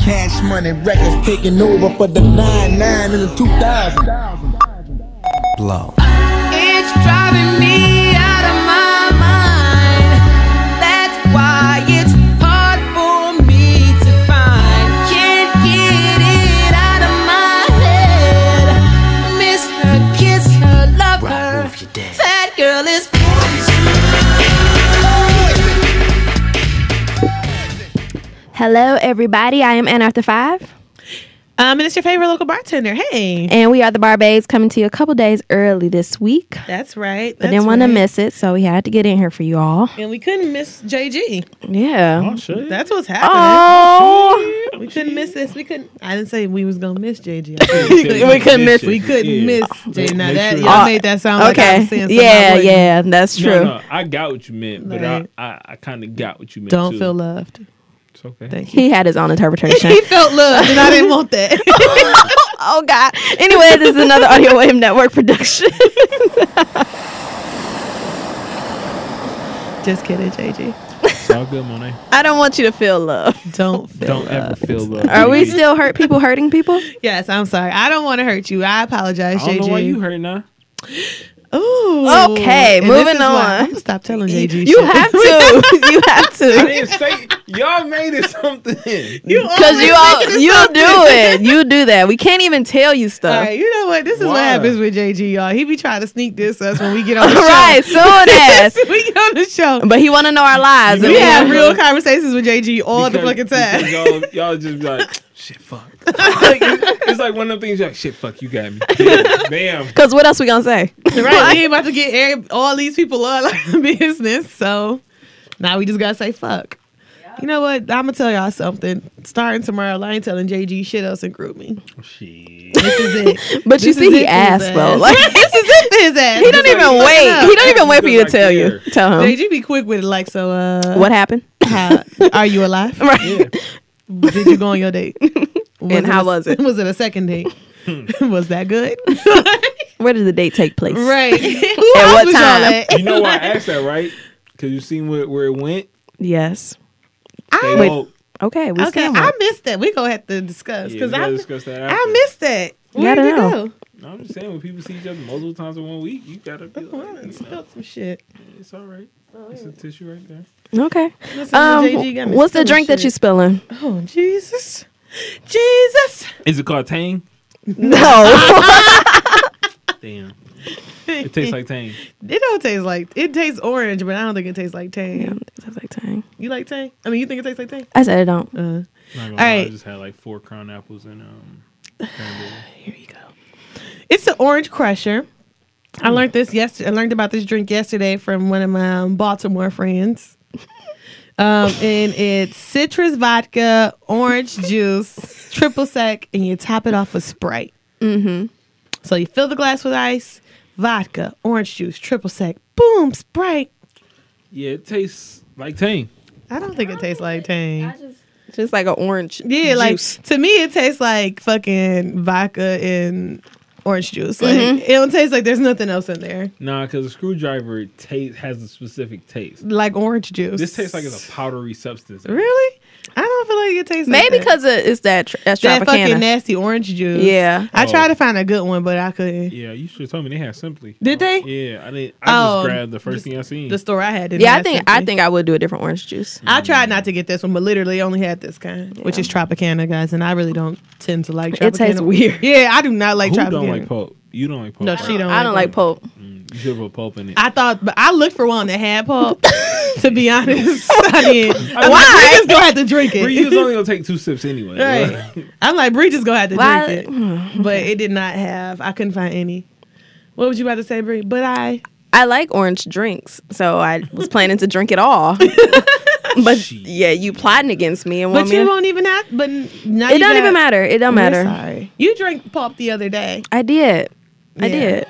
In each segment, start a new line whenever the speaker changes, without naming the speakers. Cash money records taking over for the 9 9 in the 2000. Blow.
It's driving me out of my mind. That's why it's hard for me to find. Can't get it out of my head. Miss her, kiss her, love her. That girl is
Hello, everybody. I am Ann After Five,
Um, and it's your favorite local bartender. Hey,
and we are the Barbays coming to you a couple days early this week.
that's right.
But didn't want to miss it, so we had to get in here for you all.
And we couldn't miss JG.
Yeah.
Oh, shit.
That's what's happening.
Oh,
We couldn't miss this. We couldn't. I didn't say we was gonna miss JG.
we couldn't miss.
we couldn't
Yeah.
miss JG. Now
Make
that
sure-
y'all made that sound like I was saying
Uh, Okay.
something. I
Yeah,
wouldn't.
yeah, that's true.
No, no, I got what you meant, but
Like-
I, I, I kind of got what you meant.
Don't
too.
feel loved.
It's okay.
Thank
He had his own interpretation.
He felt loved, and I didn't want that.
oh God. Anyway, this is another Audio Wave Network production.
Just kidding, JG.
It's all good, Monet.
I don't want you to feel love.
Don't feel.
Don't ever feel love.
Are we still hurt people hurting people?
Yes, I'm sorry. I don't want to hurt you. I apologize,
I don't
JG.
know why you hurt now.
Ooh.
Okay,
And this
moving
is why-
on.
I'm gonna stop telling JG.
You
shit.
have to. You have
I
to.
didn't say y'all made it something.
You
Cause
always
you all
making this
you
up.
do it. You do that. We can't even tell you
All
stuff.
right, you know what? This is what
Why?
happens with JG, y'all. He be trying to sneak this us when we get on the show.
right, soon as.
we get on the show.
But he want to know our lives.
You
and
We
know
we
what?
have
have-
real conversations with JG all the fucking
Because- because
time.
Y'all, y'all just be like, shit, fuck. Like, it's, it's like one of them things. You're like, shit, fuck, you got me. Damn. Damn.
Cause what else we gonna say?
right, we ain't about to get every- all these people on like business, so now we just gotta say fuck. You know what? I'm gonna tell y'all something. Starting tomorrow, I ain't telling JG shit else and group me.
Shit.
This is it.
But you
This
see,
is it
he
to
asked
his
though.
ass.
Like
this is it to his ass.
he don't
Just like,
even
look it
wait.
up.
He don't even wait for you to
Because I
tell you.
care.
Tell him
JG be quick with it, like so. Uh,
what happened.
how, are you alive?
Right.
Did you go on your date? Was
And how was it?
Was it a second date? was that good?
Where did the date take place?
right. Who
At
else
what
was y'all
time?
at?
You know why I asked that, right? Because you seen where, where it went.
Yes.
They
Wait.
won't-
Okay. We
Okay,
okay.
I missed that. We gonna have to discuss
Yeah, we
because
gotta
I
discuss that.
I
after.
missed that. Where
Gotta
did it
know.
go?
I'm just saying, when people see each other multiple times in one week, you gotta be like,
I spilled some shit.
it's all right. It's a tissue right there.
okay.
Listen, JG got
Um,
me
what's the
spilling
drink that
shit.
you spilling?
Oh Jesus, Jesus!
Is it called Tang?
No.
Damn. It tastes like Tang.
It don't taste like it tastes orange, but I don't think it tastes like Tang.
Damn, that sounds like tang.
You like Tang? I mean, you think it tastes like Tang?
I said I don't.
Uh,
Not gonna
All
lie, I
right.
just had like four crown apples and um. cranberry.
Here you go. It's an orange crusher. I learned this yesterday. I learned about this drink yesterday from one of my um, Baltimore friends. Um, and it's citrus vodka, orange juice, triple sec, and you top it off with Sprite. Mm-hmm. So you fill the glass with ice, vodka, orange juice, triple sec, boom, Sprite.
Yeah, it tastes like Tang.
I don't think it tastes like Tang.
Just like an orange.
Yeah,
juice.
like to me, it tastes like fucking vodka and orange juice. Like it don't taste like there's nothing else in there.
Nah, because a screwdriver taste has a specific taste.
like orange juice.
This tastes like it's a powdery substance.
really. I don't feel like it tastes like
Maybe
that.
because it's that tr- that's
that fucking
Tropicana.
nasty orange juice.
Yeah.
I
Oh.
tried to find a good one, but I couldn't.
Yeah, you should have told me they had Simply.
Did they?
Yeah, I didn't. I
Oh,
just grabbed the first
just-
thing I seen.
The store I had. Didn't
Yeah, I
have
think I
Simply.
think I would do a different orange juice.
I tried not to get this one, but literally only had this kind, which is Tropicana, guys, and I really don't tend to like Tropicana.
It tastes weird.
Yeah, I do not like
Who
Tropicana.
don't like pulp? You don't like pulp.
No,
right?
she don't.
I don't like pulp.
Mm, You should have put pulp in it.
I thought, but I looked for one that had pulp. to be honest, I did.
Why?
I'm Like, Bree just gonna have to drink it.
Bree, you was only gonna take two sips anyway.
Right. I'm like, Bree just gonna have to
Why- Hmm.
drink it. But it did not have, I couldn't find any. What was you about to say, Bree? But I,
I like orange drinks, so I was planning to drink it all. but yeah, you plotting against me and
but
want me.
you
to-
won't even have, but n- now
It
you
don't
got-
even matter. It don't
We're
matter.
Sorry. You drank pop the other day.
I did. I
Yeah.
did.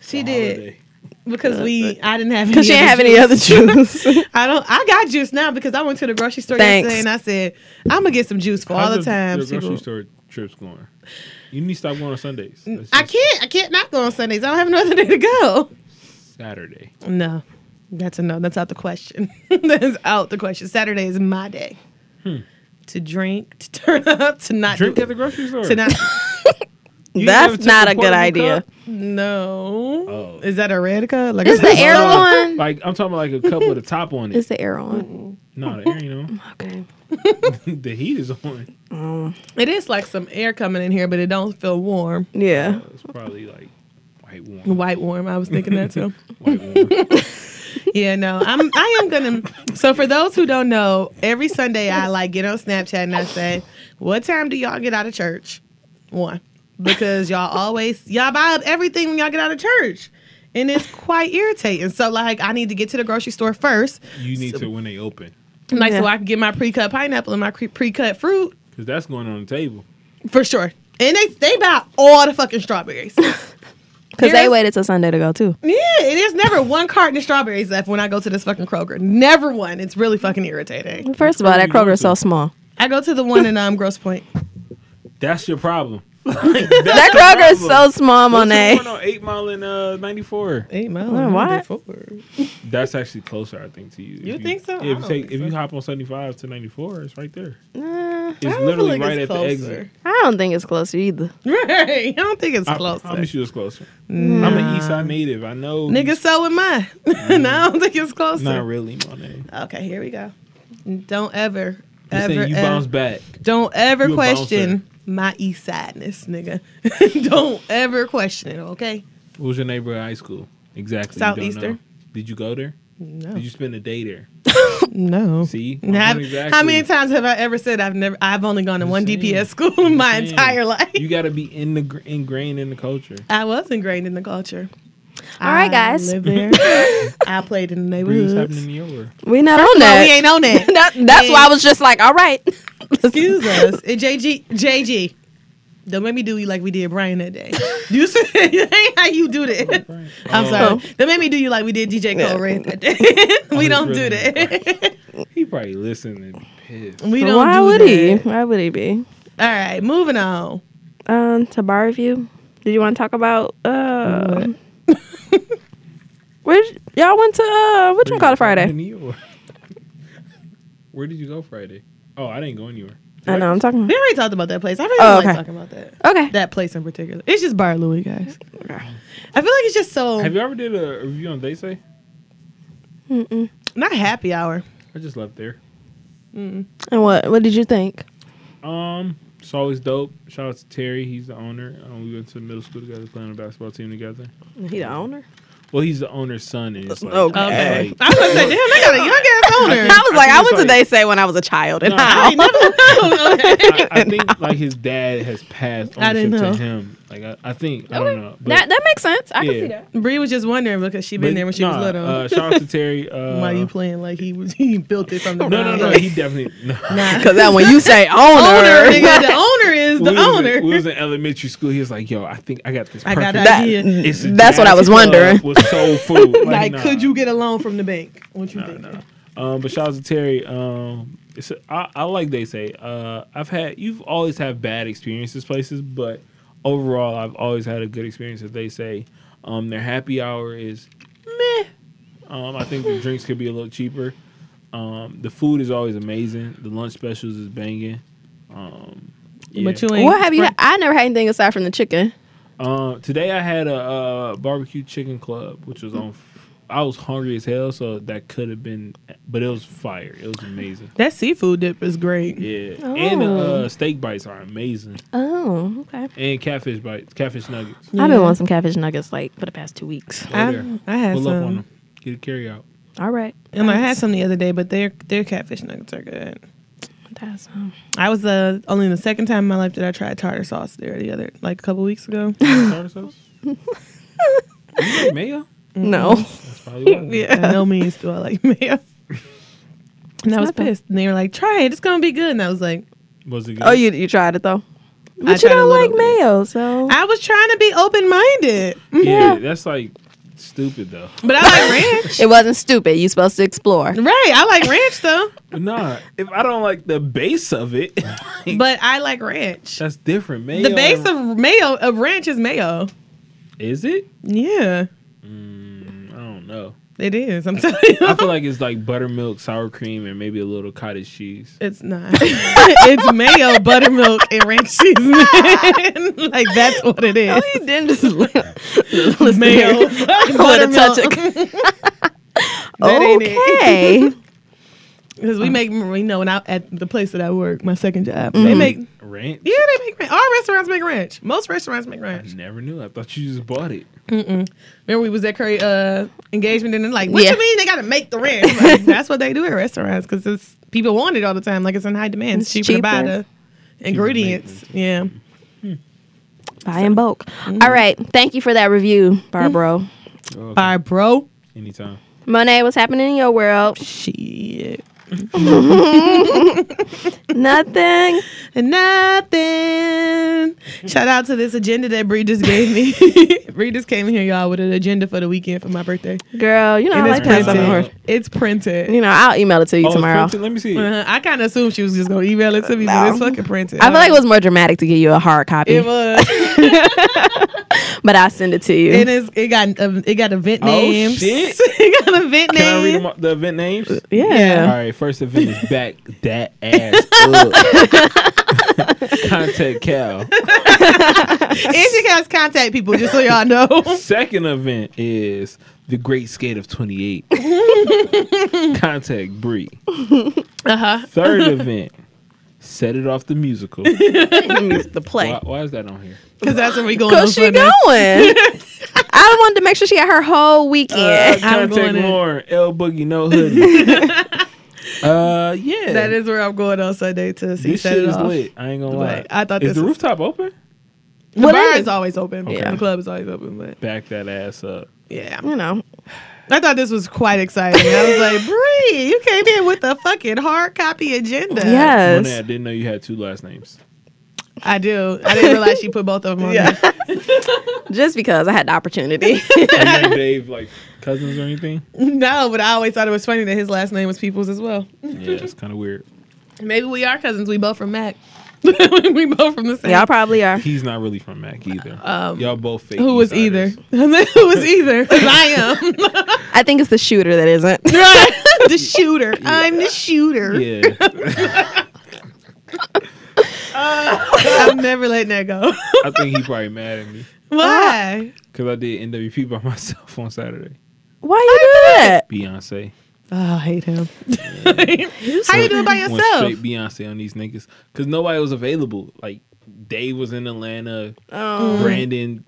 She did.
Holiday.
Because we, I didn't have any.
Cause she didn't have any other juice.
I don't, I got juice now because I went to the grocery store
Thanks.
yesterday and I said, I'm gonna get some juice for all the
How's
time.
Your grocery
people."
store trips going. You need to stop going on Sundays. That's
I
just
can't, I can't not go on Sundays. I don't have another day to go.
Saturday.
No, that's a no. That's out the question. that's out the question. Saturday is my day. to drink, to turn up, to not
Drink
do,
at the grocery store.
to not.
You never
That's
took
not a good
portable
idea.
cup?
no,
Oh.
is that a red cup? Like
Is
a-
the air
No,
on?
Like I'm talking about like a cup with a top on it.
Is the air on?
No, the air, you know,
Okay.
the heat is on.
It is like some air coming in here, but it don't feel warm.
Yeah.
It's probably like white warm.
White warm. I was thinking that too.
White warm.
Yeah, no, I'm. I am gonna. So for those who don't know, every Sunday I like get on Snapchat and I say, "What time do y'all get out of church?" One, because y'all always y'all buy up everything when y'all get out of church, and it's quite irritating. So like, I need to get to the grocery store first,
You need to when they open
like so
Yeah.
I can get my pre-cut pineapple and my cre- pre-cut fruit
because that's going on the table.
for sure. And they they buy all the fucking strawberries. yeah,
Because they
Here's-
waited till Sunday to go too.
it is never one carton of strawberries left when I go to this fucking Kroger. Never one. It's really fucking irritating.
First of all, that
you going
Kroger's so
to?
small.
I go to the one in um Gross Point.
That's your problem.
That Kroger is so small,
What's the
Monet.
one on Eight Mile and uh, 94.
Eight miles.
Wait, what?
That's actually closer, I think, to you. If
You think so? I
Yeah, if you
don't
take
think
if
so.
you hop on 75 to 94, it's right there.
Uh,
It's literally right at the exit.
I don't think it's closer either.
Right. I don't think it's
I,
closer.
I promise you it's closer. I'm an East Side native. I know.
Nigga, so am I. no, I don't think it's closer.
Mm-hmm. Not really, Monet.
Okay, here we go. Don't ever,
Just
ever,
saying you
ever-
bounce back.
don't ever
you a
question my east sideness, nigga. don't ever question it, okay?
What was your neighbor at high school? Exactly. you don't
Southeastern.
know. Did you go there?
No.
Did you spend a day there?
No.
See?
And I've-
I'm exactly-
How many times have I ever said I've never? I've only gone to one
saying.
DPS school in my
Damn.
entire life.
You got to be in the gr- ingrained in the culture.
I was ingrained in the culture.
All right, guys.
I lived there. I played in the
What's
neighborhood.
happening in your world?
We not on
No,
that.
we ain't on that.
That- that's
Yeah.
why I was just like, all right.
Excuse us. And JG, JG, don't make me do you like we did Brian that day. You said that ain't how you do that.
Right.
I'm
Oh,
sorry. Don't make me do you like we did DJ
Yeah.
Cole Red that day. we
he's
don't do
really-
that.
He probably listened and pissed.
we don't.
Why
do
would
that.
he? Why would he be?
All right, moving on.
Um, to bar review. Did you want to talk about uh? Where y'all went to uh? What you call it
In
Friday?
New York. Where did you go Friday? Oh, I didn't go anywhere.
I know I'm talking.
We already talked about that place. I really
Oh,
don't like
okay.
talking about that.
Okay.
That place in particular. It's just Bar Louie, guys. I feel like it's just so
Have you ever did a review on They Say?
not happy hour.
I just left there.
And what what did you think?
Um, it's always dope. Shout out to Terry. He's the owner. Um, we went to middle school together, playing on the basketball team together.
He the owner.
Well, he's the owner's son, and it's like
Okay.
Okay.
Hey.
I was gonna say, damn, they got a young ass owner.
I was like,
think
I
it's
went to
like-
They Say when I was a child, and
No, I
how?
I, I think like his dad has passed
I
ownership
didn't
to
know.
him. Like I, I think I don't know. But,
that that makes sense. I
Yeah.
can see that.
Bree was just wondering because she been
but
there when she
nah,
was little.
Uh, shout out to Terry. Uh,
Why you playing like he was he built it from the
no, no,
ground
no.
up?
He definitely no.
Because that when you say owner,
owner, nigga, the owner is the
we was in-
owner.
we was in elementary school. He was like, "Yo, I think I got this.
I
Perfect.
got
That-
idea.
It's a
That's what I
jazz
was
club
wondering.
With soul food. Like,
like,
nah.
could you get a loan from the bank? What you
Nah,
think?
nah. Um, but shout out to Terry. Um, it's I, I like they say. Uh, I've had you've always had bad experiences places, but overall, I've always had a good experience. If they say, um, their happy hour is meh. Um, I think the drinks could be a little cheaper. Um, the food is always amazing. The lunch specials is banging. Um, yeah.
But you ain't.
What have you? I never had anything aside from the chicken.
Um, today I had a uh, barbecue chicken club, which was on. I was hungry as hell, so that could have been, but it was fire. It was amazing.
That seafood dip is great.
Yeah, and the
Oh.
uh, steak bites are amazing,
Oh, okay.
and catfish bites, catfish nuggets.
I've been wanting some catfish nuggets like for the past two weeks.
Go
I,
there.
I had
Pull up on
some,
them. Get a carry out.
All right.
and I had some the other day, but their their catfish nuggets are good.
That's, um,
I was uh, only the second time in my life that I tried tartar sauce there the other like a couple weeks ago.
Tartar sauce. You like mayo.
No.
That's probably why.
By no means do I like mayo. And I was
nothing.
pissed, and they were like, "Try it, it's gonna be good." And I was like,
Was it good?
Oh, you you tried it though. But you
tried a
don't
little
like
bit.
mayo, so
"I was trying to be open minded,
yeah,
yeah.
that's like stupid though.
but I like ranch."
it wasn't stupid. You supposed to explore.
Right, I like ranch though.
But nah, if I don't like the base of it,
But I like ranch.
that's different. Mayo.
The base of mayo of ranch is mayo.
is it?
Yeah.
Mm, I don't know.
It is. I'm telling you.
I feel like it's like buttermilk, sour cream, and maybe a little cottage cheese.
It's not. it's mayo, buttermilk, and ranch cheese. man. like that's what it is.
he didn't just
Mayo,
put a touch
buttermilk.
of.
That ain't it.
Okay.
Because we make, you know, when I at the place that I work, my second job, they
Mm. Mm-hmm.
make.
Ranch?
Yeah, they make ranch. All restaurants make ranch. Most restaurants make ranch.
Never knew. I thought you just bought it.
Remember we was at Curry uh, engagement and they're like, what
Yeah.
you mean they got to make the ranch? I'm like, That's what they do at restaurants because it's people want it all the time. Like it's in high demand. It's
It's
cheaper, to buy
cheaper.
the ingredients. Yeah.
Buy in bulk. All right. Thank you for that review, Barbara.
Okay.
Bye, bro.
Oh, Anytime.
Monet, what's happening in your world?
Shit.
Nothing.
And nothing. Shout out to this agenda that Bree just gave me. Bree just came in here, y'all, with an agenda for the weekend for my birthday.
Girl, you know,
And
I
it's
like to have something
printed.
more.
printed. It's printed.
You know, I'll email it to you
Oh, it's
tomorrow.
printed? Let me see.
Uh-huh. I kind of assumed she was just going to email it to me, but
No.
it's fucking printed. Uh-huh.
I feel like it was more dramatic to give you a hard copy,
It was.
but I'll send it to you.
It is. It got. Um, it got event
Oh,
names.
shit.
it got event
Can I read them,
names.
all- the event names? All
yeah.
right, first event is back that ass up. Contact Cal.
And she has contact people, just so y'all know.
Second event is the Great Skate of 28. Contact Bree.
Uh-huh.
Third event, Set It Off the Musical.
the play.
Why, why is that on here?
Because that's where we going. on
Cause she
Sunday.
going. I wanted to make sure she had her whole weekend.
I'm
Uh, Contact
going in.
Lauren, L Boogie No Hoodie. uh, yeah.
That is where I'm going on Sunday to see
This
set
shit
it
is
off.
lit. I ain't gonna lie.
Like, I thought
is
this
the
was-
rooftop open?
The
What
bar
is-
is always open.
Okay.
The club is always open, but
Back that ass up.
yeah.
you know,
I thought this was quite exciting. I was like, Bree, you came in with a fucking hard copy agenda.
yes.
Monet, I didn't know you had two last names.
I do. I didn't realize she put both of them on yeah. there.
Just because I had the opportunity.
Are you and Dave like cousins or anything?
No, but I always thought it was funny that his last name was Peoples as well.
Yeah, it's kind of weird.
Maybe we are cousins. We both from Mac. we both from the same.
Y'all probably are.
He's not really from Mac either. Y'all both fake.
Um, Who was
East
either?
Siders.
Who was either? 'Cause I am
I think it's the shooter that isn't.
the shooter. I'm the shooter.
Yeah,
I'm never letting that go.
I think he probably mad at me
Why?
because I did NWP by myself on Saturday.
Why you do that?
Beyonce
Oh, I hate him. How you doing by
went
yourself?
straight Beyonce on these niggas because nobody was available. Like Dave was in Atlanta.
Oh.
Brandon,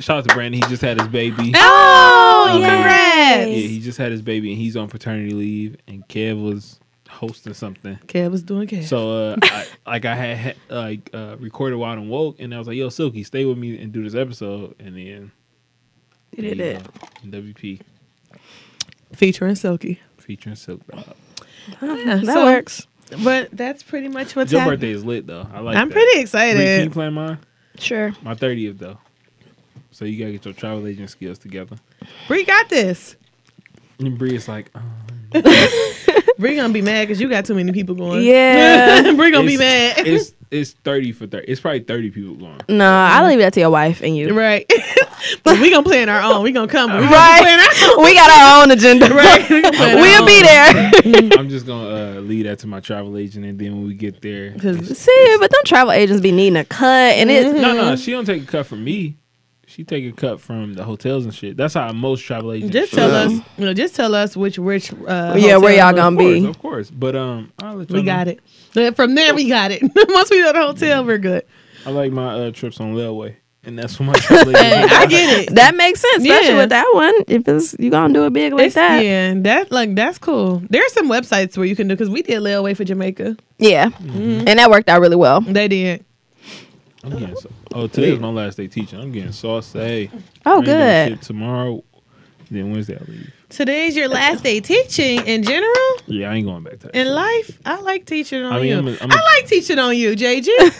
shout out to Brandon. He just had his baby. Um,
Oh,
yeah.
congrats.
Yeah, he just had his baby and he's on paternity leave. And Kev was hosting something.
Kev was doing Kev.
So uh, I, like I had had, like uh, recorded while I'm woke, and I was like, "Yo, Silky, stay with me and do this episode." And then
You did
you
it.
know, WP
Featuring Silky.
featuring Silk. Dog.
that
so-
works.
But that's pretty much what's
Your
happening.
birthday is lit though. I like.
I'm
that.
pretty
Bree, Can you
excited.
play mine?
Sure.
My thirtieth though. So you gotta get your travel agent skills together.
Bree got this.
And Bree is like, um,
Bree gonna be mad because you got too many people going.
Yeah.
Bree gonna be
it's-
mad.
It's it's thirty for thirty. It's probably thirty people going.
No, I'll leave that to your wife and you.
Right. but we gonna plan our own. We gonna come. but We
Right. we got our own agenda.
Right. We can plan
We'll
our
be
own.
there.
I'm just gonna uh, leave that to my travel agent, and then when we get there,
'Cause-
See, but them travel agents be needing a cut, and it's
No, no, she don't take a cut from me. She take a cut from the hotels and shit. That's how most travel agents.
Just
do
tell
it.
us, you know, just tell us which which. Uh,
Yeah, where y'all
hotel it was.
Of
gonna
course,
be?
of course. But um, I'll let
We
y'all
got
know.
it. Then From there, we got it. Once we know the hotel, we're good.
I like my uh, trips on Railway, and that's when my travel agent.
I get it.
That makes sense, especially
Yeah.
with that one. If it's you gonna do it big like
It's-
that, yeah.
Yeah, that like that's cool. There's some websites where you can do because we did layaway for Jamaica.
and that worked out really well.
They did.
I'm getting so- oh, today's my last day teaching. I'm getting sauce. Hey,
Oh,
I ain't doing
good.
shit Tomorrow, then Wednesday I leave.
Today's your last day teaching in general
Yeah, I ain't going back to. That
in
shit.
life. I like teaching on
I mean,
you.
I'm a- I'm a-
I like teaching on you, JG. that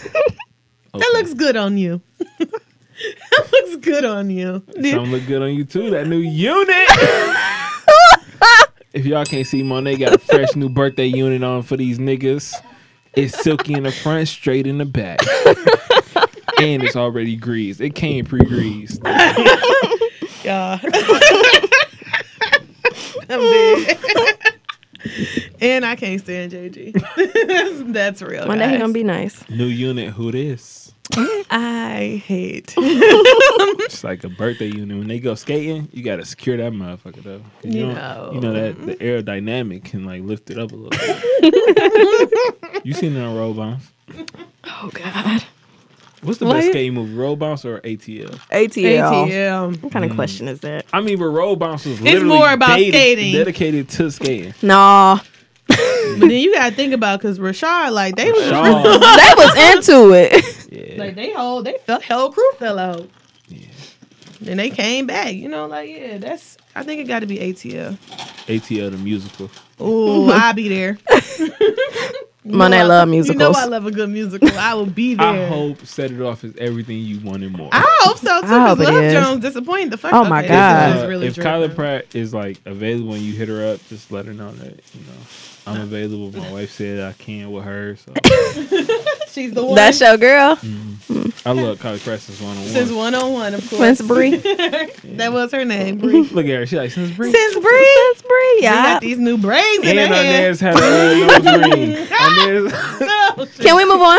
Okay.
looks good on you. that looks good on you.
Something look good on you too. That new unit. if y'all can't see Monet got a fresh new birthday unit on for these niggas. It's silky in the front, straight in the back. and it's already greased. It came pre-greased.
Yeah. I'm dead. and I can't stand JG. That's real.
One day he
guys.
gonna be nice.
New unit, who this?
I hate.
It's like a birthday unit. When they go skating, you gotta secure that motherfucker though. 'Cause You,
You
don't-
know.
you know that the aerodynamic can like lift it up a little. bit. you seen it on roll bounce?
Oh God.
What's the
Why
best
you-
skating move, roll bounce or ATL?
ATL.
ATM.
What kind of question is that?
I mean, but roll bounce was literally
more about
dated-
skating.
dedicated to skating.
Nah,
But then you gotta think about because Rashad, like they was
Shaw,
they was into it.
yeah,
like they whole they felt whole crew fell out.
Yeah.
Then they came back. You know, like yeah, that's. I think it got to be ATL.
ATL the musical.
Ooh, I'll be there.
Monet
I-
love
You know
musicals.
I love a good musical. I will be there.
I hope set it off is everything you wanted more.
I hope so too.
I hope
Because
it
Love
is.
Jones disappointed the fuck.
Oh
out
my
there.
God.
This
Uh,
is really
if
dripping.
Kyla Pratt is like available when you hit her up, just let her know that you know I'm available. My wife said I can with her, so
she's the one.
That's your girl,
I love Kyla Pratt since one on
Since
one.
one on one, of course.
Prince Bree.
that was her name. Bree.
Look at her, she like since Bree.
Since Bree.
Prince Bree,
They
yeah.
got these new braids in her
and
hair.
Inez had a red nose ring. Inez,
No,
Can we move on?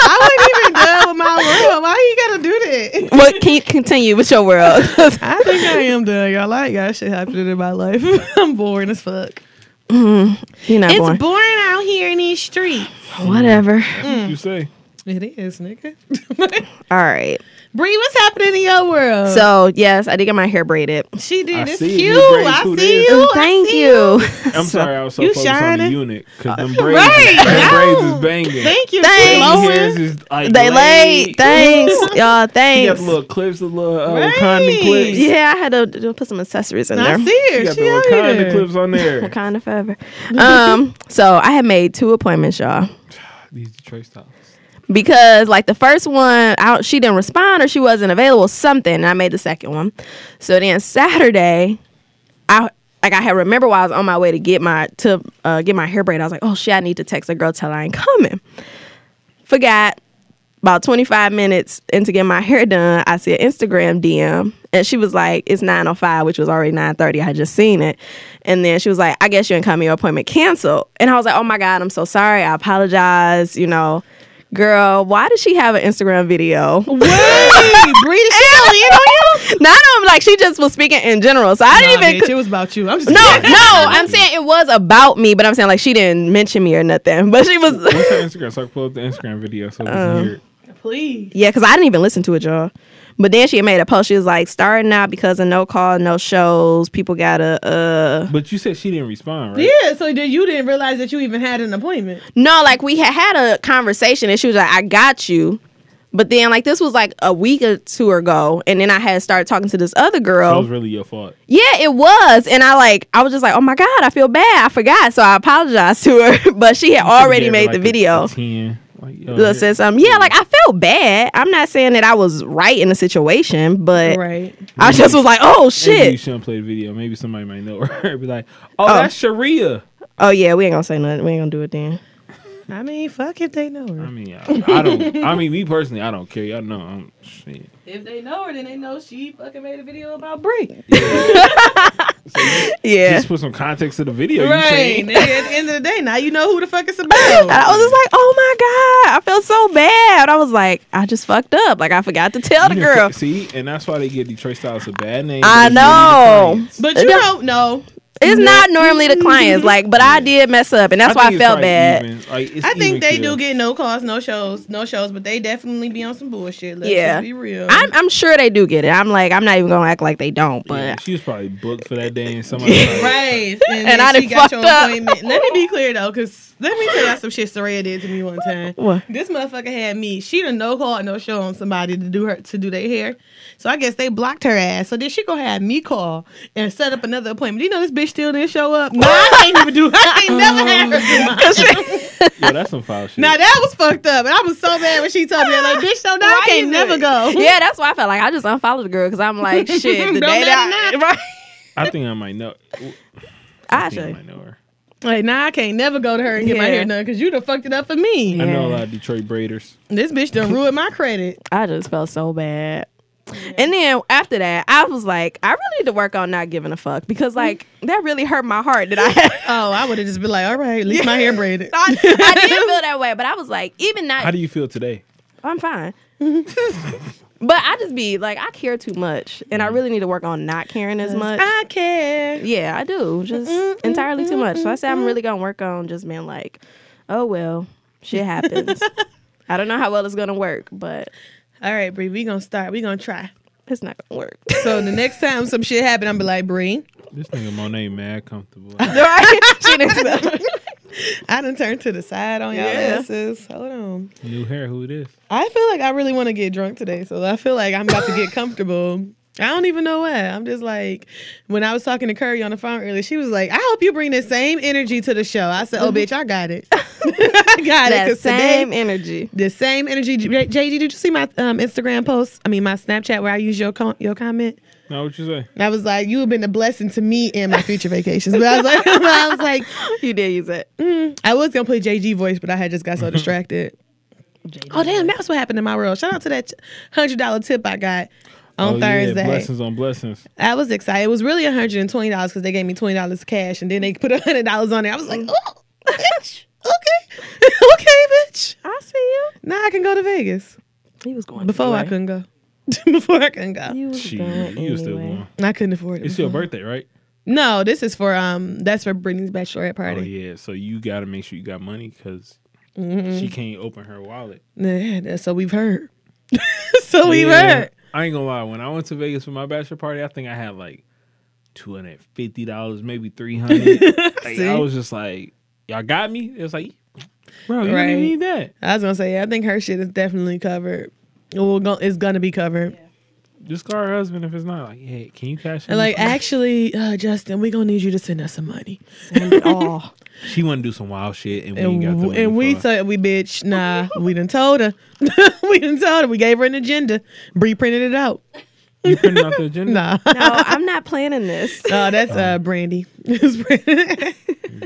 I wasn't even done with my world. Why you gotta do that?
what can you continue with your world?
I think I am done, y'all. I ain't got shit happening in my life. I'm boring as fuck.
You're not
It's
born.
boring. out here in these streets.
Whatever.
you say
It is, nigga.
All right.
Bree, what's happening in your world?
So yes, I did get my hair braided.
she did.
I
it's
see
cute.
new braids.
I
Who
see
this?
you. I
Thank
see
you.
I'm sorry, I was so
you
focused on
shining.
the unit because them braids,
right,
them braids is banging.
Thank you.
Thanks.
Chloe.
Inez is like
They late. Thanks, y'all.
She got
Thanks.
the little clips, the little uh,
Right.
Wakanda clips.
Yeah, I had to, to put some accessories in
I
there.
see
She
her.
got the
She out
Wakanda
here.
clips on there.
Kind of forever. Um, so I had made two appointments, y'all.
These Detroit styles.
because like the first one I don't, she didn't respond or she wasn't available something and i made the second one so then saturday i like i had remember while i was on my way to get my to uh, get my hair braid i was like oh shit i need to text a girl tell her i ain't coming forgot about 25 minutes into getting my hair done i see an instagram dm and she was like it's 905 which was already 930 i had just seen it and then she was like i guess you didn't come your appointment canceled and i was like oh my god i'm so sorry i apologize you know girl why does she have an instagram video
Wait, Bree, did she go in on you?
no no like she just was speaking in general so i didn't
Nah,
even
bitch, it was about you. I'm just
no no i'm saying it was about me but i'm saying like she didn't mention me or nothing but she was
What's her Instagram? So I can pull up the Instagram video so we can hear it.
Please.
Yeah, because I didn't even listen to it, y'all. But then she had made a post. She was like, starting out because of no call, no shows. People gotta uh
But you said she didn't respond, right?
Yeah, so then you didn't realize that you even had an appointment.
No, like we had had a conversation and she was like, I got you. But then like this was like a week or two ago, and then I had started talking to this other
That
girl.
was really your fault.
yeah, it was. And I like I was just like, Oh my God, I feel bad. I forgot. So I apologized to her. but she had already
Gave her,
made
like,
the
a-
video.
a 10, like, yo,
Look, Says um, yeah, like I felt bad. I'm not saying that I was right in the situation, but
Right.
I just was like, oh
Maybe you
shit.
shouldn't play the video. Maybe somebody might know her. Be like, oh, that's Sharia.
Oh yeah, we ain't gonna say nothing. We ain't gonna do it then.
I mean, fuck if they know
I
her.
mean, I, I don't. I mean, me personally, I don't care. Y'all know. I'm, shit.
If they know her, then they know she fucking made a video about Bree.
Yeah.
Just put some context to the video. You
Right.
saying?
Nigga, at the end of the day, now you know who the fuck it's about.
And I was just like, oh my god, I felt so bad. I was like, I just fucked up. Like I forgot to tell the
You done
girl.
fu- See, and that's why they give Detroit Styles a bad name.
I
because they really
know.
clients.
but you don't know.
It's not normally the clients, like, but I did mess up, and that's why I
think it's
felt
probably
bad.
even. Like, it's
I
even
think they
kill.
do get no calls, no shows, no shows, but they definitely be on some bullshit. Let's
Yeah.
just be real.
I'm, I'm sure they do get it. I'm like, I'm not even gonna act like they don't. But
Yeah, she was probably booked for that day, and somebody. like,
Right. And,
And
then
I
she
done
got your
fucked up.
appointment. Let me be clear though, because let me tell y'all some shit Soraya did to me one time.
What?
This motherfucker had me. She done no call, no show on somebody to do her to do their hair. So I guess they blocked her ass. So then she gonna have me call and set up another appointment. You know this bitch still didn't show up. No, I ain't even do. I ain't never had her. do mine.
Yo, that's some foul shit.
Now that was fucked up, and I was so mad when she told me like, bitch, so now I can't never go.
yeah, that's why I felt like I just unfollowed the girl because I'm like, shit, the
Don't
day
let
that
her
I, right,
I think I might know. I
I
think I
should.
might know her.
Like now I can't never go to her and get my
Yeah.
hair done because you done fucked it up for me.
I know a
Yeah.
lot of Detroit Braiders.
This bitch done ruined my credit.
I just felt so bad. And then after that, I was like, I really need to work on not giving a fuck because like that really hurt my heart that I had.
Oh, I would have just been like, all right, leave my hair braided.
I, I did feel that way, but I was like, even not
How do you feel today?
I'm fine. but I just be like, I care too much, and I
Mm.
really need to work on not caring as much.
I care.
Yeah, I do, just entirely too much. So I said I'm really gonna work on just being like, oh well, shit happens. I don't know how well it's gonna work, but
All right, Bree, we gonna start. We gonna try.
it's not gonna work.
So the next time some shit happen, I'm be like, Bree,
This nigga Monet mad comfortable.
Right? She didn't know.
I done turned to the side on y'all
Yeah.
asses. Hold on.
New hair, who it is?
I feel like I really want to get drunk today, so I feel like I'm about to get comfortable. I don't even know what. I'm just like, when I was talking to Curry on the phone earlier, she was like, I hope you bring the same energy to the show. I said, Oh, bitch, I got it. I got it.
that
'cause
same
today,
energy.
the same energy. J- JG, did you see my um, Instagram post? I mean, my Snapchat where I use your, com- your comment?
Now what you say?
And I was like, You have been a blessing to me and my future vacations. But I was like, I was like,
You did use it.
I was gonna play JG voice, but I had just got so distracted. oh damn, that's what happened in my world. Shout out to that hundred dollar tip I got on
Oh,
Thursday.
Oh, blessings on blessings.
I was excited. It was really one hundred and twenty dollars because they gave me twenty dollars cash, and then they put hundred dollars on there. I was
Mm.
like, oh, bitch, okay, okay, bitch.
I see you.
Now I can go to Vegas.
He was going
Before I
anyway.
couldn't go. Before I couldn't go,
He was
She,
going
you still
anyway.
going?
I couldn't afford it.
It's your
before.
birthday, right?
No, this is for um, that's for Brittany's bachelorette
Oh
party.
yeah. So you got to make sure you got money because
Mm-hmm.
she can't open her wallet.
yeah. that's so we've heard. so we've
Oh, Yeah.
heard.
I ain't gonna lie. When I went to Vegas for my bachelor party, I think I had like two hundred and fifty dollars, maybe three hundred. like, I
See?
was just like, "Y'all got me." It was like, "Bro, you
Right.
didn't need that.
I was gonna say, yeah, I think her shit is definitely covered. Well, go, it's gonna be covered.
Just call her husband if it's not." Like, hey, can you cash? in
And like,
this money?"
actually, uh, Justin, we gonna need you to send us some money.
Oh,
she want to do some wild shit, and we ain't
And,
got the
w-
money
and we
for her.
said, we bitch, nah, we done told her. we done told her. We gave her an agenda. Bree printed it out.
you printing out the agenda.
Nah,
no, I'm not planning this.
oh, that's uh, Brandy. It's Brandy.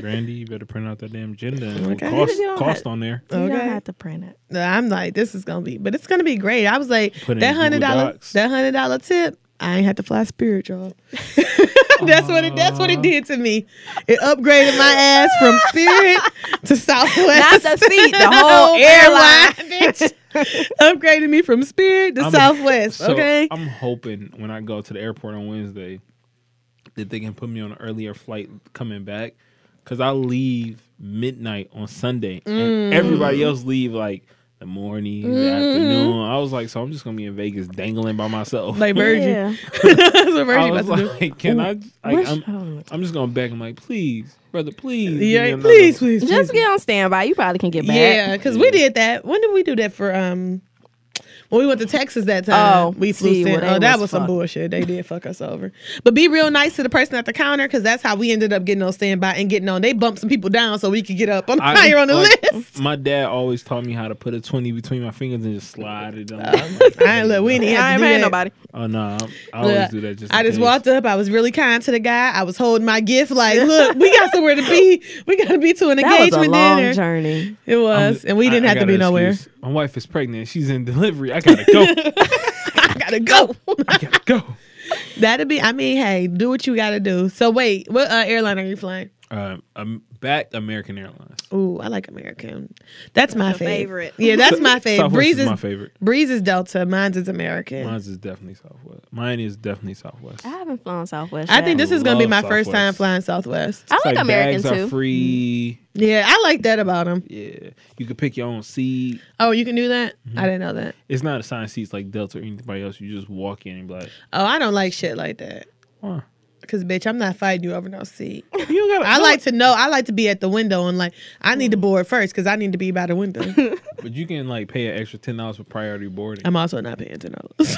Randy, you better print out that damn agenda and
Okay.
it'll cost
You don't
cost
have-
on there.
You don't
Okay.
have to print it.
Nah, I'm like, this is gonna be, but it's gonna be great. I was like,
Put it
that
in Google
hundred dollar,
Docs.
that hundred dollar tip. I ain't had to fly Spirit, y'all. that's what it. That's what it did to me. It upgraded my ass from Spirit to
Not
Southwest. Oh,
the seat, the whole airline.
bitch. upgraded me from Spirit to
I'm-
Southwest.
so
okay.
I'm hoping when I go to the airport on Wednesday that they can put me on an earlier flight coming back because I leave midnight on Sunday
Mm.
and everybody else leave like the morning, the
Mm-hmm.
afternoon. I was like, so I'm just gonna be in Vegas dangling by myself.
like Virgin.
Yeah.
that's what
I
Virgin
was
about to do.
like, can I? Like,
What's-
I'm,
oh.
I'm just gonna beg him, like, please, brother, please. give me
Yeah,
another-
please, please, please.
Just get on standby. You probably can get back.
Yeah, because we did that. When did we do that for um? When we went to Texas that time,
Oh,
we flew
see,
in.
well, they
oh, that
was
was some
fucked.
bullshit. They did fuck us over. But be real nice to the person at the counter because that's how we ended up getting on standby and getting on. They bumped some people down so we could get up on
I-
higher on the
like,
list.
My dad always taught me how to put a twenty between my fingers and just slide it down.
I ain't look. We didn't. Have
I
to
ain't paying
do that.
nobody.
Oh no, I'm- I
Look,
always do that. Just
I
in
just
case.
walked up. I was really kind to the guy. I was holding my gift. Like, look, we got somewhere to be. We got to be to an
That
engagement
was a long
dinner.
journey.
It
I'm-
was, and we
I-
didn't
I
have to
got
be
an
nowhere.
excuse. My wife is pregnant. She's in delivery. I gotta go.
I gotta go.
I gotta go.
That'd be. I mean, hey, do what you gotta do. So wait, what uh, airline are you flying?
Um, I'm back American Airlines.
Ooh, I like American. That's my
favorite.
favorite. Yeah, that's my favorite.
Southwest
Breeze
is
is
my favorite.
Breeze is Delta. Mine's is American.
Mine's is definitely Southwest. Mine is definitely Southwest.
I haven't flown Southwest.
I think this is gonna be
Love
my first
Southwest.
time flying Southwest.
I
It's
like American
bags are
too.
free.
Yeah, I like that about them.
Yeah, you can pick your own seat.
Oh, you can do that?
Mm-hmm.
I didn't know that.
It's not assigned seats like Delta or anybody else. You just walk in and be like,
Oh, I don't like shit like that.
huh.
Cause bitch, I'm not fighting you over no seat.
you gotta.
I like to know. I like to be at the window and like I need to board first because I need to be by the window.
but you can like pay an extra ten dollars for priority boarding.
I'm also not paying ten dollars.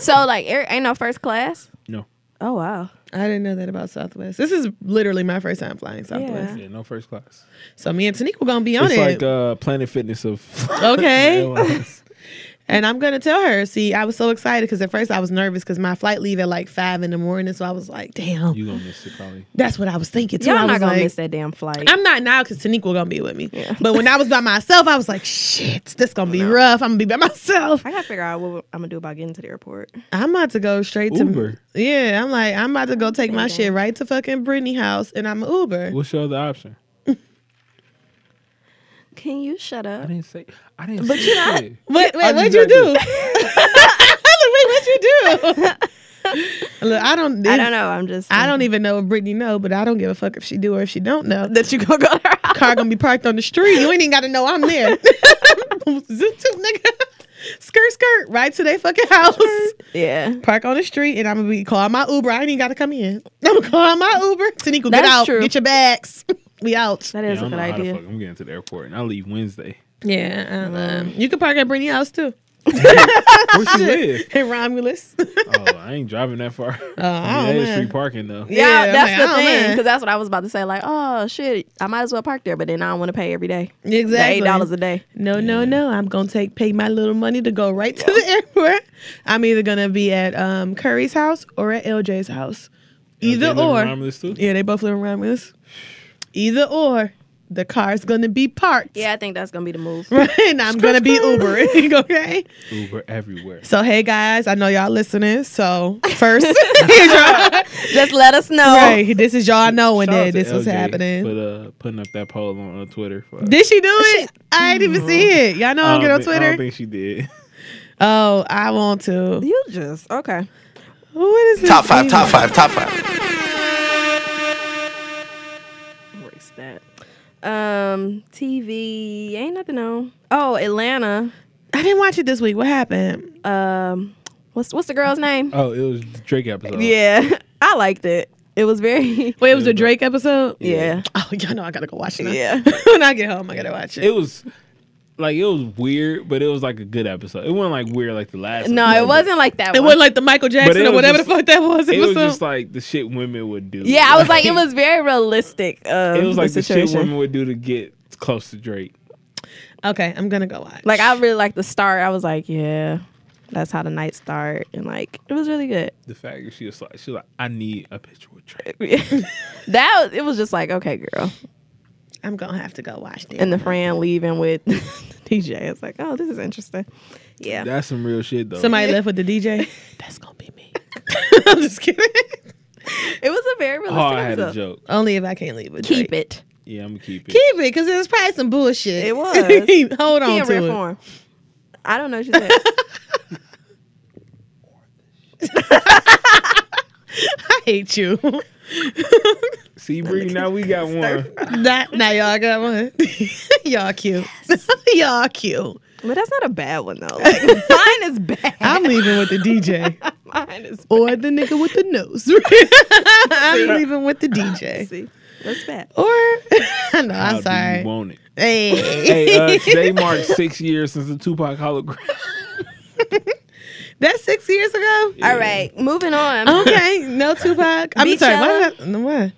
So like, air, ain't no first class.
no,
Oh wow.
I didn't know that about Southwest. This is literally my first time flying Southwest.
yeah, no first class.
So me and Tanique were gonna be on
It's
it.
like uh, Planet Fitness of
okay.
airlines.
And I'm gonna tell her. See, I was so excited because at first I was nervous because my flight leave at like five in the morning, so I was like, "Damn,
You gonna miss it probably.
that's what I was thinking." Too.
Y'all
I
not
was
gonna
like-
miss that damn flight.
I'm not now because Taniqua gonna be with me. But when I was by myself, I was like, "Shit, this gonna be rough. I'm gonna be by myself."
I gotta figure out what I'm gonna do about getting to the airport.
I'm about to go straight
Uber.
to yeah. I'm like, I'm about to go take my
Okay.
shit right to fucking Brittany house, and I'm Uber.
What's your other option?
Can you shut
I
up?
didn't say. I didn't. But you shit.
Wait, wait,
I
what'd
just
you do?
like
Look, wait, what'd you do? Look, I don't.
I don't know. I'm just.
I don't even know if Brittany know, but I don't give a fuck if she do or if she don't know. The
that you gonna go to her house.
car gonna be parked on the street. You ain't even gotta know I'm there. Zoot toot, nigga. Skirt, skirt, right to their fucking house.
Yeah,
Park on the street, and I'm gonna be calling my Uber. I ain't even gotta come in. I'm gonna call my Uber. Tanika, get
That's
out.
true.
Get your bags. we out.
that
Yeah, I
is a
don't
good
know how the fuck
idea.
I'm getting to the airport and I leave Wednesday.
Yeah, um, you can park at Brittany house too.
Where she live?
Hey Romulus.
Oh, I ain't driving that far.
Oh, Uh, I
I mean,
don't
that is free
know.
parking though.
Yeah,
Yeah,
that's the
I'm like, "Oh, I don't
thing.
know.
Because that's what I was about to say. Like, oh shit, I might as well park there, but then I don't want to pay every day. The
Exactly.
Eight dollars a day.
No, no, no. I'm gonna take pay my little money to go right to the airport. I'm either gonna be at um, Curry's house or at LJ's house. Either or.
Romulus too?
Yeah, they both live in Romulus. Either or, the car's gonna be parked.
Yeah, I think that's gonna be the move.
Right, and I'm gonna be Ubering, okay?
Uber everywhere.
So hey guys, I know y'all listening. So first, here's y'all.
Just let us know.
Right, this is y'all knowing
Shout out
that
to
this was
LJ
happening.
But uh, putting up that poll on, on Twitter. For,
Did she do
Oh,
it? I didn't even see it. Y'all know I don't get on
thi- I don't
Twitter.
think she did.
Oh, I want to.
You just okay.
What is this?
Top five, top five, top five.
Erase that. Um, TV ain't nothing on. Oh, Atlanta.
I didn't watch it this week. What happened?
Um, what's what's the girl's name?
Oh, it was the Drake episode.
Yeah, I liked it. It was very.
Wait, it was a Drake episode.
Yeah.
Oh, y'all know I gotta go watch it. now.
Yeah.
when I get home, I gotta watch
It
it.
was like it was weird, but it was like a good episode. It wasn't like weird like the last.
No,
episode,
it wasn't like that.
It
one.
wasn't like the Michael Jackson or
was
whatever
just-
the fuck that was.
but It was just
some-
like the shit women would do.
Yeah, I was like, it was very realistic. Um,
It was like the shit
situation.
women would do to get close to Drake.
okay, I'm gonna go watch.
Like I really liked the start. I was like, yeah, that's how the night start, and like it was really good.
The fact that she was like, she was like, I need a picture with Drake.
that was, it was just like, okay, girl.
I'm gonna have to go watch it.
And the friend leaving with DJ. It's like, oh, this is interesting. Yeah,
That's some real shit though.
Somebody left with the DJ. That's gonna be me. I'm just kidding.
it was a very
oh,
realistic
I had a
episode.
joke.
Only if I can't leave with
Keep
Drake.
it.
Yeah, I'm gonna keep it.
Keep it, because it was probably some bullshit.
It was.
Hold
He
on
in
to
rare
it.
form. I don't know what you said.
I hate you.
See, Bree, now we got one.
That now y'all got one. y'all cute. y'all cute.
but that's not a bad one though. Like, mine is bad.
I'm leaving with the DJ
mine is
or the nigga with the nose. I'm leaving with the DJ.
see. That's bad.
Or I know.
How
I'm
Do you
sorry.
want it?
Hey,
Hey, uh, today marks six years since the Tupac hologram.
that's six years ago.
All right, Uh, moving on.
Okay, no Tupac. I'm
Beach
sorry.
Ella?
Why? did I- no, Why?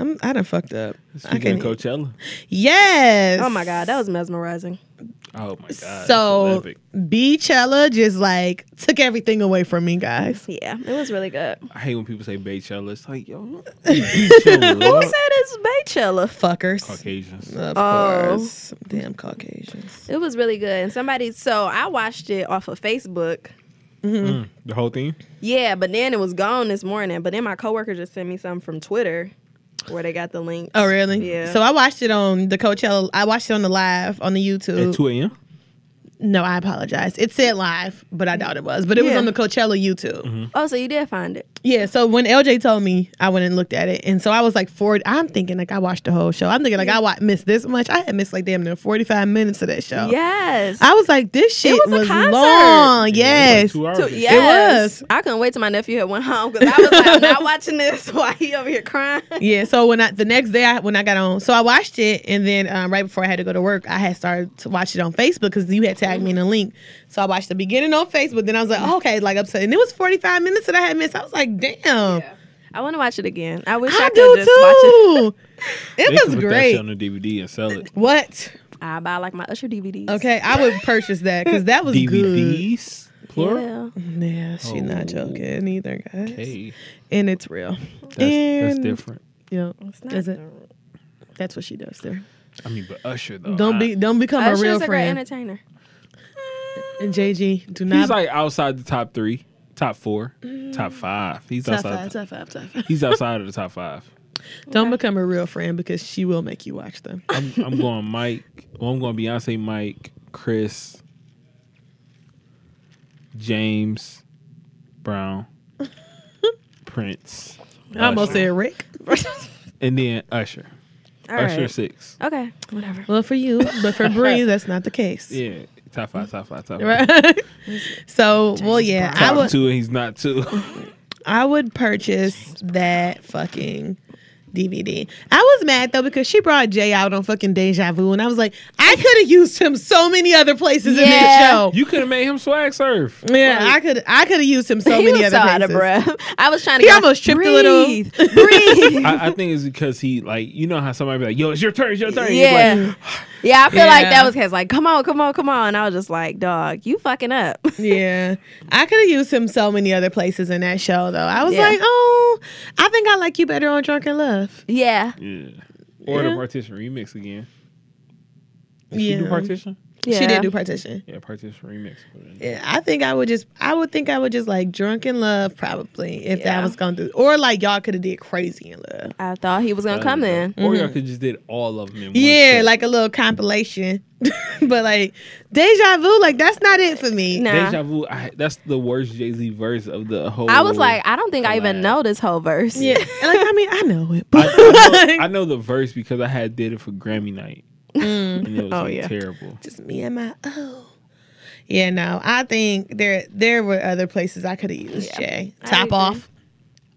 I'm. I done fucked up. I
Speaking
can't.
of Coachella.
Yes.
Oh my god, that was mesmerizing.
Oh my god. that's
So
epic.
Beachella just like took everything away from me, guys.
Yeah, it was really good.
I hate when people say Baychella. It's like, yo, Baychella.
Who said it's Baychella?
Fuckers.
Caucasians.
Of
Oh.
course. Damn Caucasians.
It was really good. And somebody, so I watched it off of Facebook.
The whole thing?
Yeah, but then it was gone this morning. But then my coworker just sent me something from Twitter where they got the link.
Oh really?
Yeah.
So I watched it on the Coachella. I watched it on the live on the
At
YouTube.
2 a.m.?
no, I apologize. It said live, but I doubt it was. But it was
Yeah.
on the Coachella YouTube.
Oh, so you did find it.
Yeah. So when LJ told me, I went and looked at it, and so I was like, four. I'm thinking like I watched the whole show. I'm thinking like I wa- missed this much. I had missed like damn near 45 minutes of that show.
Yes.
Oh. I was like, this shit
was a
was,
concert.
long.
Yeah,
Yes.
it was like two hours.
To-
and shit.
yes.
was.
I couldn't wait till my nephew had went home because I was like, I'm not watching this while he over here crying.
yeah so when i the next day I, when i got on so i watched it and then um, right before i had to go to work i had started to watch it on facebook because you had tagged me in a link so i watched the beginning on facebook then i was like oh, okay like upset and it was 45 minutes that i had missed i was like damn
I want to watch it again. I wish I,
i
could
do
just watch it.
too it
They could
was
put That
great
shit on the DVD and sell it.
what
I buy like my Usher DVDs.
Okay, I would purchase that because that was good.
DVDs, plural.
Yeah.
Yeah, she not
Oh.
joking either, guys.
Hey,
And it's real.
that's, that's
And-
different.
Yeah, is it? That's what she does there.
I mean, but Usher though.
Don't
I-
be, don't become
Usher's
a real
a great
friend.
entertainer.
And JG, do not. Mm.
He's like outside the top three, top four, top five. He's
Top
outside.
five, top five, top five.
He's outside of the top five.
Don't become a real friend because she will make you watch them.
I'm, I'm going Mike. Well, I'm going Beyonce, Mike, Chris, James, Brown, Prince,
I almost
Usher,
said Rick.
and then Usher.
All
Usher
right.
six.
Okay. Whatever.
well, for you, but for Bree, that's not the case.
Yeah, top five, top five, top five.
Right. so, well, yeah, I
Top
would.
two, and he's not two.
I would purchase that fucking DVD. I was mad though because she brought Jay out on fucking Deja Vu, and I was like, I could have used him so many other places
Yeah.
in this show.
you could have made him swag surf.
Yeah, I could I could have used him so
he
many
was
other
so
places.
out of breath. I was trying to.
He
go,
almost tripped a
breathe,
little.
Breathe.
I, I think it's because he like you know how somebody be like, "Yo, it's your turn, it's your turn." He's
yeah.
like,
yeah. I feel like
Yeah.
that was his like, come on, come on, come on. And I was just like, dog, you fucking up.
Yeah, I could have used him so many other places in that show though. I was
Yeah.
like, oh, I think I like you better on Drunken Love.
yeah.
yeah. Or
Yeah.
the partition remix again. Did she do
Yeah.
partition?
Yeah.
She did do Partition.
Yeah, partition remix.
Yeah, I think I would just, I would think I would just like Drunken Love probably if
Yeah.
that was going to, or like y'all could have did Crazy in Love.
I thought he was gonna come in.
Or y'all could just did all of them. In
Mm-hmm. Yeah,
one
like a little compilation. but like deja vu, like that's not it for me.
Nah.
Deja vu. I, that's the worst Jay Z verse of the whole.
I was like, I don't think I even
collab.
know this whole verse.
Yeah. and, like I mean, I know it,
I,
but
I know, I know the verse because I had did it for Grammy night, and it was
Oh,
like,
yeah.
terrible.
just me and my oh. Yeah, no. I think there there were other places I could have used Jay.
I
Top
agree.
off.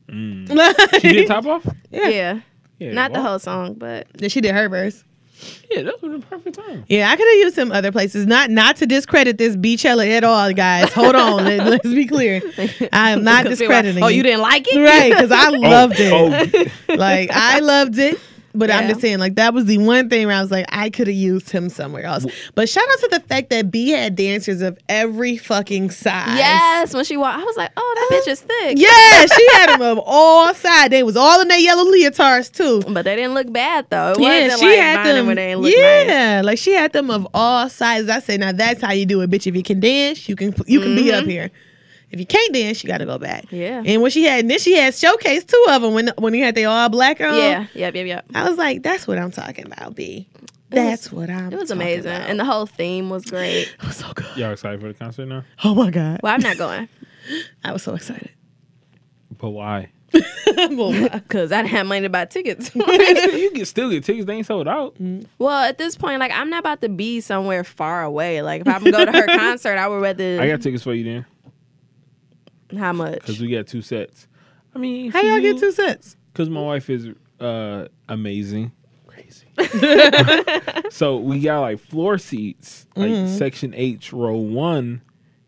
Mm. She did top off.
Yeah.
Yeah.
Yeah,
Not the
well,
whole song, but
Then she did her verse.
Yeah, that was the perfect time.
Yeah, I could have used some other places. Not not to discredit this Beachella at all, guys. Hold on. Let, let's be clear. I am not
Because people are like,
discrediting.
oh, you didn't like it?
Right, because I loved it.
Oh,
like I loved it. But I'm
Yeah.
just saying, like that was the one thing where I was like, I could have used him somewhere else. But shout out to the fact that B had dancers of every fucking size.
Yes. When she walked, I was like, oh, that bitch is thick.
Uh-huh. yeah, she had them of all sides. They was all in their yellow leotards too.
But they didn't look bad though. It
Yeah,
wasn't
she
like
had
Bonnie
them.
when they didn't look nice.
yeah, like she had them of all sizes. I say, now that's how you do it, bitch. If you can dance, you can you can be up here. If you can't dance, you got to go back.
Mm-hmm. Yeah.
And when she had, and then she had showcase two of them when when he had they all black on.
Yeah, yep, yep, yep.
I was like, that's what I'm talking about, B.
It was-
That's what I'm
It was
talking
amazing,
about.
and the whole theme was great.
it was so good.
y'all excited for the concert now?
Oh my God.
Well, I'm not going
I was so excited.
But why?
because I didn't have money to buy tickets.
you can still get tickets. They ain't sold out.
Mm.
well, at this point, like I'm not about to be somewhere far away. Like if I'm going to her concert, I would rather.
I got tickets for you then
how much?
because we got two sets. I mean,
How y'all get two sets?
Because my wife is uh, amazing. Crazy. so we got like floor seats, like
Mm-hmm.
section H, row one.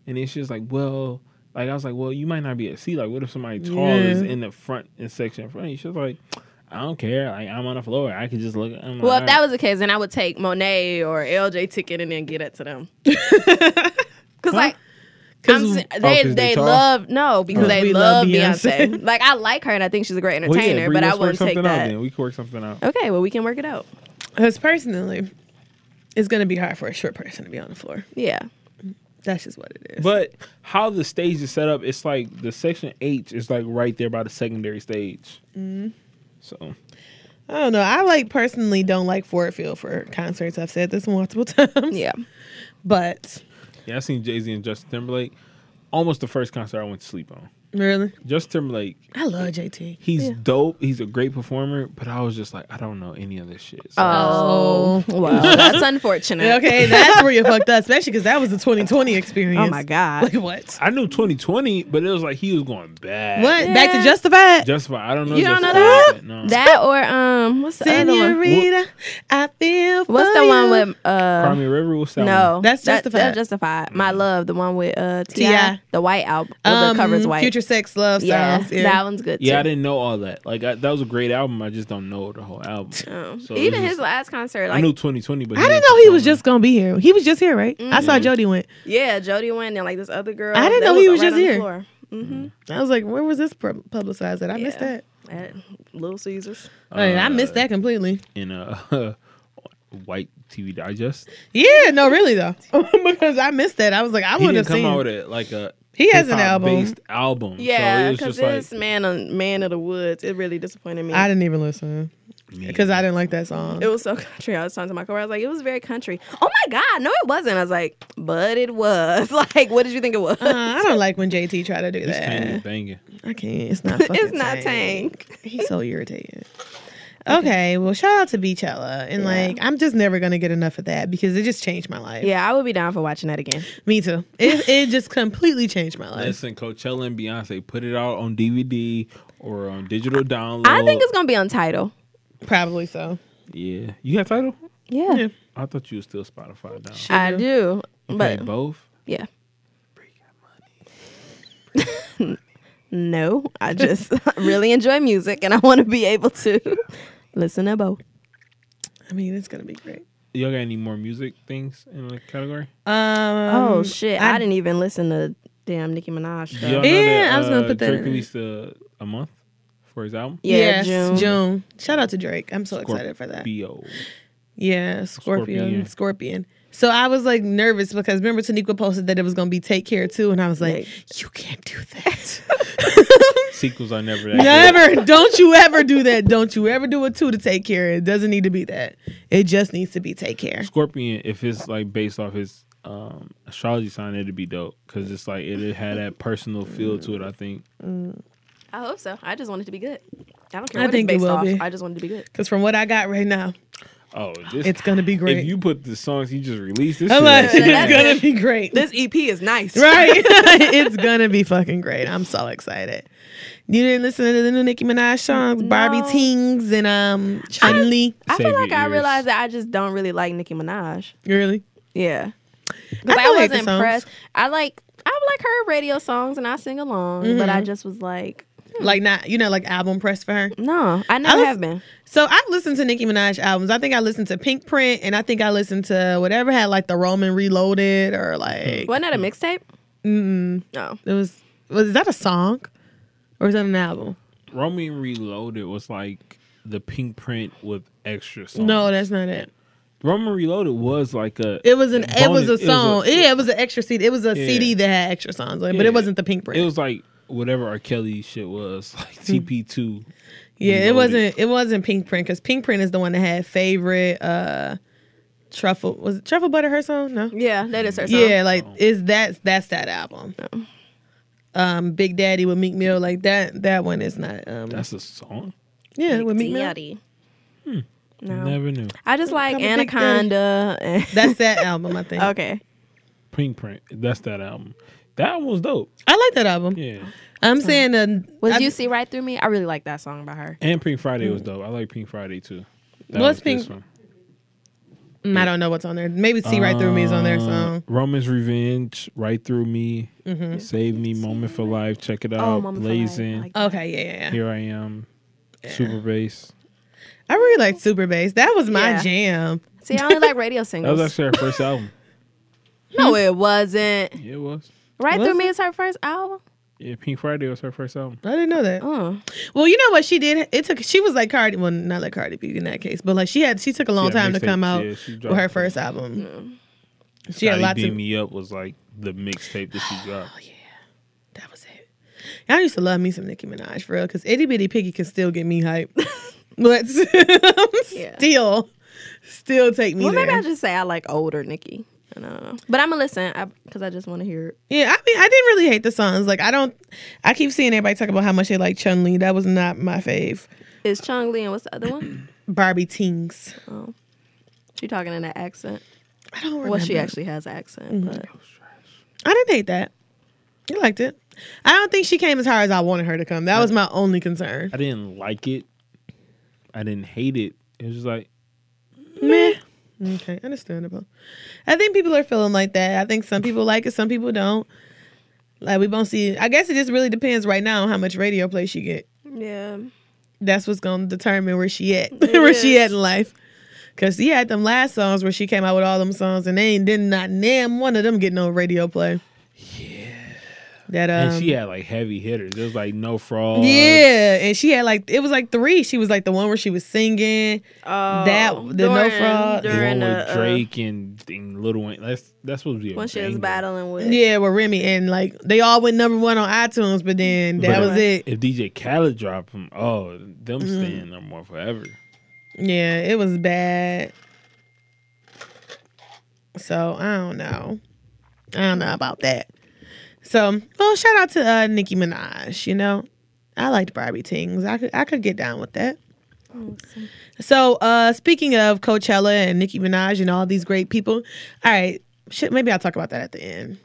And then she was like, well, like I was like, well, you might not be able to see. Like, what if somebody tall is
Yeah.
in the front in section in front of you? She was like, I don't care. Like, I'm on the floor. I can just look. I'm
Well, if
like,
that was the case, then I would take Monet or LJ ticket and then get it to them. Because like. I'm,
Because
s- they
'cause they Oh.
they
tall?
love no because they
we
love
love
Beyonce.
Beyonce.
like I like her and I think she's a great
Well, yeah,
entertainer,
Bree,
but I
let's work
wouldn't take
something Out,
that.
then. We can work something out.
Okay, well we can work it out.
because personally, it's gonna be hard for a short person to be on the floor.
Yeah,
That's just what it is.
But how the stage is set up, it's like the section H is like right there by the secondary stage.
Mm-hmm.
So
I don't know. I like personally don't like Ford Field for concerts. I've said this multiple times.
yeah.
But
yeah, I seen Jay Z and Justin Timberlake. Almost the first concert I went to sleep on.
really,
Justin Timberlake,
I love JT.
he's dope. He's a great performer, but I was just like, I don't know any of this shit. So
Oh, well, that's unfortunate.
Okay, that's where you fucked up, especially because that was the 2020 experience.
Oh my god.
Like what?
I knew 2020, but it was like he was going bad.
What? Back to
Yeah.
Justified.
Justify. I don't know.
You don't know that?
Justified, but No.
That or um, what's the other one?
Senorita, I feel.
What's
for
the one
you.
with uh?
Crimea River was that
No,
one?
That's
That- that's
Justified.
Mm.
justified. My love, the one with uh Ti,
T.I..
the white album, the cover's white.
Um, Future sex, love
yeah,
styles. Yeah.
that one's good too.
Yeah, I didn't know all that. Like I, that was a great album. I just don't know the whole album.
Oh.
So
Even
it's
his
just-
last concert,
I
like
knew 2020, but
I didn't know he was just gonna be here. He was just here, right? I
Mm-hmm.
saw Jody went.
yeah, Jody went and like this other girl.
I didn't
that
know he was
right
just
on the
here.
floor. Mhm.
Mm-hmm.
I was like, where was this pub- publicized at? I missed
Yeah.
that.
At Little Caesars.
I mean, I missed that completely.
in a white TV digest.
Yeah, no, really though, because I missed that. I was like, I
He
wouldn't have
didn't come
seen.
out with it like a
He has an
hip-hop
album.
based album.
Yeah,
so it was
because
just like
this man, of- man of the woods, it really disappointed me.
I didn't even listen because I didn't like that song.
It was so country. I was talking to my coworker. I was like, it was very country. Oh my god, no, it wasn't. I was like, but it was. Like, what did you think it was?
Uh, I don't like when JT try to do
this thing is
that.
banging.
I can't. It's not. Fucking
it's not
Tank.
Tank.
He's so irritating. Okay, well, shout out to Beachella, and like, I'm just never gonna get enough of that because it just changed my life.
Yeah, I would be down for watching that again.
me too. It it just completely changed my life.
Listen, Coachella and Beyonce put it out on DVD or on digital download.
I think it's gonna be on title.
Probably so.
yeah. You have title?
Yeah,
Yeah.
I thought you were still Spotify down.
I do.
But
But
both.
yeah. no, I just really enjoy music and I want to be able to listen to both.
I mean, it's gonna be great.
Y'all got any more music things in the category?
Um,
Oh shit, I,
I-
didn't even listen to damn Nicki Minaj. Stuff.
Y'all know
Yeah, I was gonna
uh,
put that
Drake
in.
released a, a month for his album.
Yeah,
yes,
June.
June. Shout out to Drake. I'm so excited for that.
B.O.
Yeah, Scorpion.
Scorpion.
Scorpion. So I was like nervous because remember Taniqua posted that it was gonna be Take Care too, and I was like, you can't do that.
Sequels are never that good.
Never. Don't you ever do that. Don't you ever do it too to take care. It doesn't need to be that. It just needs to be take care.
Scorpion, if it's like based off his um, astrology sign, it'd be dope because it's like it had that personal feel to it. I think.
I hope so. I just want it to be good. I don't care.
I
what
think it
it's based
will
off.
be.
I just want it to be good.
Because from what I got right now,
Oh, this,
it's gonna be
if
great.
you put the songs he just released, this
I'm like,
shit
it's
actually-
gonna be great.
This EP is nice.
right? it's gonna be fucking great. I'm so excited. You didn't listen to the new Nicki Minaj songs, Barbie
No.
Tings and um Chun Li.
I
Save
feel
your
like I
ears.
realized that I just don't really like Nicki Minaj.
Really?
Yeah.
I
Like, I,
do like the
wasn't
songs.
impressed. I like I like her radio songs and I sing along, but I just was like,
Like not you know, like album press for her.
no, I never
was-
have been.
So I've listened to Nicki Minaj albums. I think I listened to Pink Print and I think I listened to whatever had like the Roman Reloaded or like
Wasn't that a mixtape? Mm. No.
It was was is that a song or is that an album?
Romeo Reloaded was like the pink print with extra songs.
No, that's not it.
Roman Reloaded was like a.
It was an it was a
bonus-
song. yeah, it was an extra CD. It was a
Yeah.
CD that had extra songs, on it, but
Yeah.
it wasn't the Pink Print.
It was like whatever R. Kelly shit was, like TP two.
Hmm. yeah, it
Reloaded.
wasn't it wasn't Pink Print because Pink Print is the one that had favorite uh truffle was it truffle butter her song? No.
Yeah, that is her song. Oh.
Yeah, like is that that's that album. Um, Big Daddy with Meek Mill, like that. That one is not. Um,
That's a song.
yeah, with Meek Mill. Hmm.
Daddy. No.
Never knew.
I just like
I'm a big daddy.
Anaconda. and-
That's that album, I think.
okay.
Pink print. That's that album. That one was dope.
I like that album.
Yeah.
I'm saying the
Was
I-
you see right through me? I really like that song by her.
And Pink Friday was dope. I like Pink Friday too. That
Hmm. What's
was this
Pink-
one.
Mm, I don't know what's on there. Maybe "See Right Through Me" is on there.
Uh,
So
Roman's Revenge, Right Through Me, Save Me, Moment for Oh, Life. Check it out.
Mama Fly,
Blazing.
like-
okay, yeah, yeah, yeah.
Here I Am. Super Bass.
I really like Super Bass. That was my
Yeah.
jam.
See, I only like radio
That
singles.
was actually our first album.
no, it wasn't.
Yeah, it was.
Right
Was
through me is her first album.
Yeah, Pink Friday was her first album.
I didn't know that.
Oh,
Well, you know what she did? It took. She was like Cardi. Well, not like Cardi B in that case, but like she had. She took a long
Yeah,
time to
mixtape.
come out
Yeah, she
with her
dropped-
first album. She had
Gotti
lots
Beam
of.
Me Up was like the mixtape that she dropped.
That was it. I used to love me some Nicki Minaj for real, because itty bitty piggy can still get me hype, but
Yeah.
still, still take me
well,
there.
maybe I just say I like older Nicki. I don't know, but I'm gonna listen because I just want to hear it.
yeah, I mean, I didn't really hate the songs. Like, I don't. I keep seeing everybody talk about how much they like Chun Li. That was not my fave.
It's Chung Lee and what's the other one?
Barbie Tings.
She talking in that accent.
I don't remember. Mm-hmm.
Well, she actually has an accent, but
I didn't hate that. You liked it. I don't think she came as hard as I wanted her to come. That was my only concern.
I didn't like it. I didn't hate it. It was just like,
Meh. Okay, understandable. I think people are feeling like that. I think some people like it, some people don't. Like we won't see. I guess it just really depends right now on how much radio play she get.
Yeah.
That's what's gonna determine where she at, where she at in life. Cause he had them last songs where she came out with all them songs, and they ain't did not damn one of them get no radio play. Yeah. That um.
And she had like heavy hitters. There was like no fraud.
yeah, and she had like it was like three. She was like the one where she was singing.
Oh,
That- the No Fraud.
The one
During
with
the, uh,
Drake and, and Little Wayne. That's that's supposed to be a
when she was
banger.
battling with.
Yeah, with Remy, and like they all went number one on iTunes, but then that
But
was it. Mm-hmm.
If DJ Khaled dropped them, oh, them staying no more forever.
Yeah, it was bad. So I don't know. I don't know about that. So, well, shout out to uh, Nicki Minaj. You know, I liked Barbie Tings. I could I could get down with that. So, uh, speaking of Coachella and Nicki Minaj and all these great people, all right, shit, maybe I'll talk about that at the end.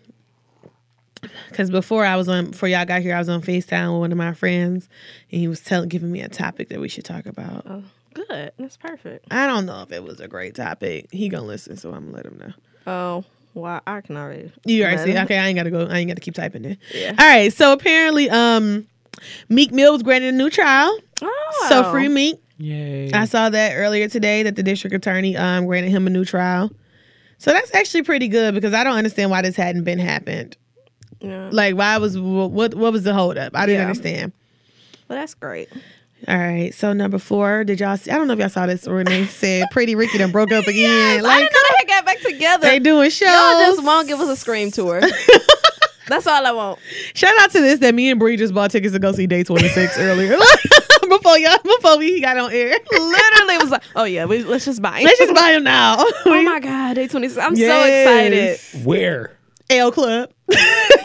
Because before I was on, before y'all got here, I was on Facetime with one of my friends, and he was telling, giving me a topic that we should talk about.
Oh, good. That's perfect.
I don't know if it was a great topic. He gonna listen, so I'm gonna let him know.
Oh, wow. I can already.
You already
let
see.
him-
Okay, I ain't gotta go. I ain't gotta keep typing it.
Yeah.
All right. So apparently, um, Meek Mill was granted a new trial.
Oh.
So free Meek.
Yay.
I saw that earlier today that the district attorney um granted him a new trial. So that's actually pretty good because I don't understand why this hadn't been happened.
Yeah.
Like, why was what what was the holdup? I didn't
Yeah.
understand.
Well, that's great.
All right, so number four, did y'all see? I don't know if y'all saw this when they said Pretty Ricky done broke up again.
Yes, I didn't know they had got back together.
they doing shows.
Y'all just won't give us a scream tour. That's all I want.
Shout out to this that me and Bree just bought tickets to go see Day 26 earlier. before y'all before we got on air.
Literally was like, oh yeah, we, let's just buy. it.
Let's just buy them now.
oh my god, day twenty six. I'm
Yes.
so
Where?
L Club.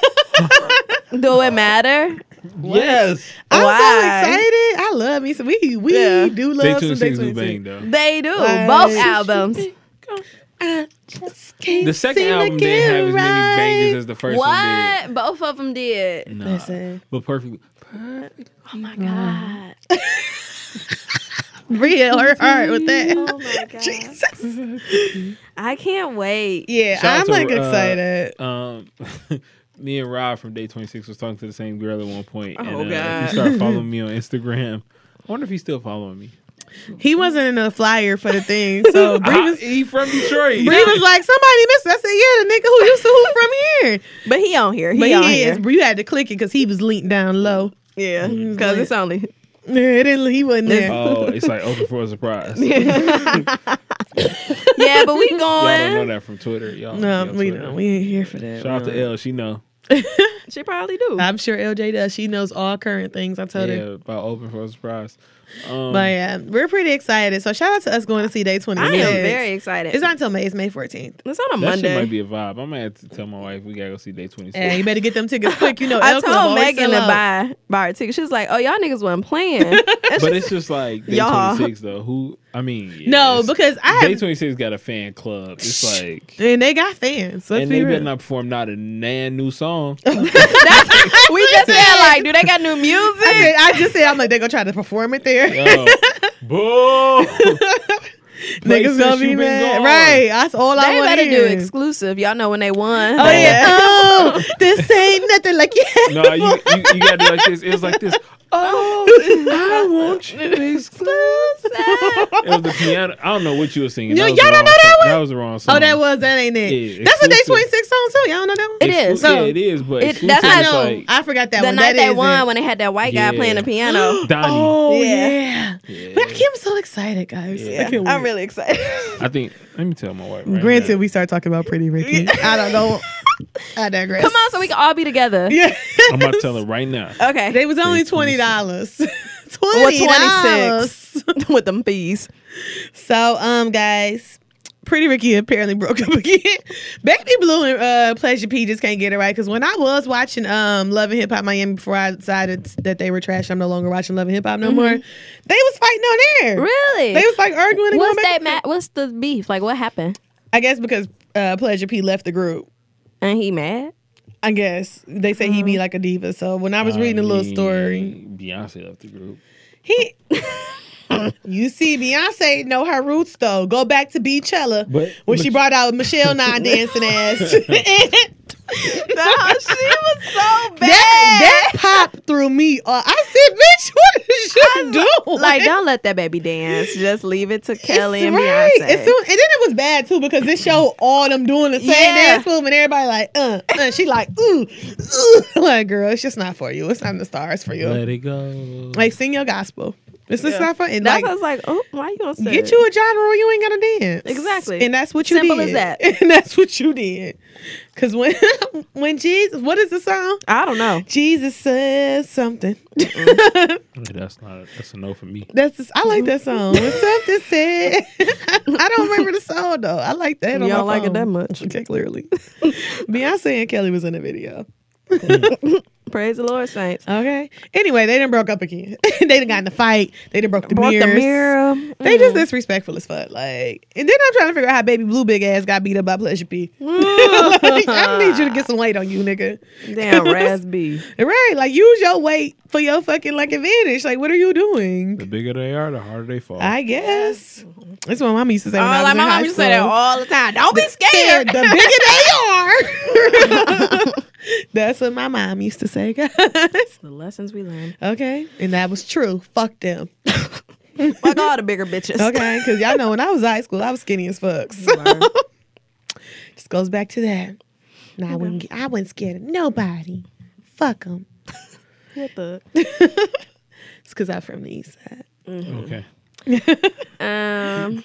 excited. Do it matter?
Yes.
I'm so
Why?
excited. I love me. So we we
Yeah.
do
They
love
took
some Day
six was
26.
bang though.
They do
Like-
both albums.
I just can't
The second
seem to
album
get
didn't have as
right.
many bangers as the first one
What? Both of them did.
did. Nah.
Listen,
But perfect.
Oh my god.
Bree at her heart with
Oh
that.
my god.
Jesus.
I can't wait.
Yeah,
Shout out
I'm
to,
like
uh,
excited.
Um, me and Rob from Day 26 was talking to the same girl at one point,
Oh,
and uh,
God.
he started following me on Instagram. I wonder if he's still following me.
He wasn't in the flyer for the thing, so Oh, Bree
Ah,
was
he from Detroit.
Bree was like, somebody missed. it." I said, yeah, the nigga who used to who from here.
But he on here. He
But
on
he
here.
is. You had to click it because he was linked down low.
Yeah, because it's only.
Yeah, it didn't. He wasn't there.
oh, it's like open for a surprise.
Yeah, but we
Y'all don't know
going.
that from Twitter. Y'all
No,
y'all
we
Twitter.
don't. We ain't here for that.
Shout out to
No.
L. She know.
She probably do.
I'm sure LJ does. She knows all current things. I told
yeah,
her.
about open for a surprise. Um,
But yeah, we're pretty excited. So shout out to us going to see day 26.
I am very excited.
It's not until May. It's May 14th.
It's on a
that shit
Monday.
might be a vibe. I might have to tell my wife we gotta go see day twenty
Yeah,
six.
you better get them tickets quick. You know,
I
L Club
told
always
Megan
sell
to
out.
buy buy her ticket. She was like, "Oh, y'all niggas wasn't playing."
But it's just like day
Y'all.
twenty six though. Who I mean, yeah,
No,
it's-
because I
day
have,
twenty six got a fan club. It's like.
and they got fans. Let's
and
be
they
real.
better not perform not a nan new song.
That's, we just said like, do they got new
I,
music?
said, I just said I'm like they gonna try to perform it there.
Oh, boo!
Niggas
Places
gonna
you
be
been
mad,
gone.
right? That's all I
They
want
better
to
do exclusive. Y'all know when they won.
Oh yeah. Oh, this ain't nothing like yeah.
No, you, you, you gotta do like this. It was like this. Oh, I want you exclusive. It was the piano. I don't know what you were singing.
No,
that was
y'all
the
don't
wrong
know that
song.
one?
That was the wrong song.
Oh, that was that ain't it.
Yeah,
That's what day
exclusive.
twenty six song too. Y'all know that one.
It is.
Yeah,
So-
it is. But
It- that's not-
exclusive
I
is
know.
like
I forgot that
the
one.
night
That
they
is
won
it.
when they had that white guy
Yeah.
playing the piano.
Donnie.
Oh
Yeah.
yeah.
Yeah.
But I'm so excited, guys.
Yeah.
I can't
I'm
wait.
really excited.
I think. Let me tell my wife. Right
Granted,
now.
we start talking about Pretty Ricky. I don't know. I digress.
Come on, so we can all be together.
Yeah.
I'm about to tell her right now.
Okay.
They was only twenty dollars. Twenty dollars.
26. with them fees.
So, um, guys, Pretty Ricky apparently broke up again. Baby Blue and uh, Pleasure P just can't get it right because when I was watching um Love and Hip Hop Miami before I decided that they were trash, I'm no longer watching Love and Hip Hop no more. They was fighting on air.
Mm-hmm. Really?
They was like arguing. And
what's
going back
that?
and
Ma-
forth.
what's the beef? Like, what happened?
I guess because uh, Pleasure P left the group.
And he mad?
I guess they say he be like a diva. So when Uh-huh. I was reading a little
mean,
story,
Beyonce left the group.
he. You see, Beyonce know her roots though. Go back to Beachella
But-
when she brought out Michelle Nine dancing ass.
she was so bad.
That, that pop through me. Uh, I said, bitch, what is you doing?
like, don't let that baby dance. Just leave it to
It's
Kelly and
right.
Beyonce.
It's so- and then it was bad too because this show all them doing the same
Yeah.
dance move and everybody like, uh, uh. She like, ooh, ooh. Like, girl, it's just not for you. It's not in the stars for you.
Let it go.
Like, sing your gospel. It's just not for you.
That's
Like,
why I was like, oh, why you gonna say
get
it?
you a genre where you ain't gotta dance.
Exactly.
And that's what you
Simple
did.
as that.
And that's what you did. Cause when when Jesus, what is the song?
I don't know.
Jesus says something.
That's not. That's a no for me.
That's just, I like that song. When something said, I don't remember the song though. I like that.
You
on my
don't like it
phone.
that much.
Okay, clearly. Beyonce and Kelly was in the video.
Praise the Lord, saints.
Okay. Anyway, they done broke up again. they done got in a fight. They done broke the
Brought the
mirrors.
mirror. Mm.
They just disrespectful as fuck. Like, and then I'm trying to figure out how Baby Blue big ass got beat up by Pleasure P. like, I need you to get some weight on you, nigga.
Mm. Damn, Raspy.
Right? Like, use your weight for your fucking like advantage. Like, what are you doing?
The bigger they are, the harder they fall.
I guess. That's what my mom used to say. when
Oh,
I was
like
in
my
high
mom used to say that
school.
all the time. Don't be scared.
the bigger they are. That's what my mom used to say, guys.
the lessons we learned.
Okay. And that was true. Fuck them.
Fuck all the bigger bitches.
Okay. Because y'all know when I was in high school, I was skinny as fuck. So just goes back to that. Nah, I wouldn't, get- I wasn't scared of nobody. Fuck them.
What the?
It's because I'm from the east side.
okay.
Um.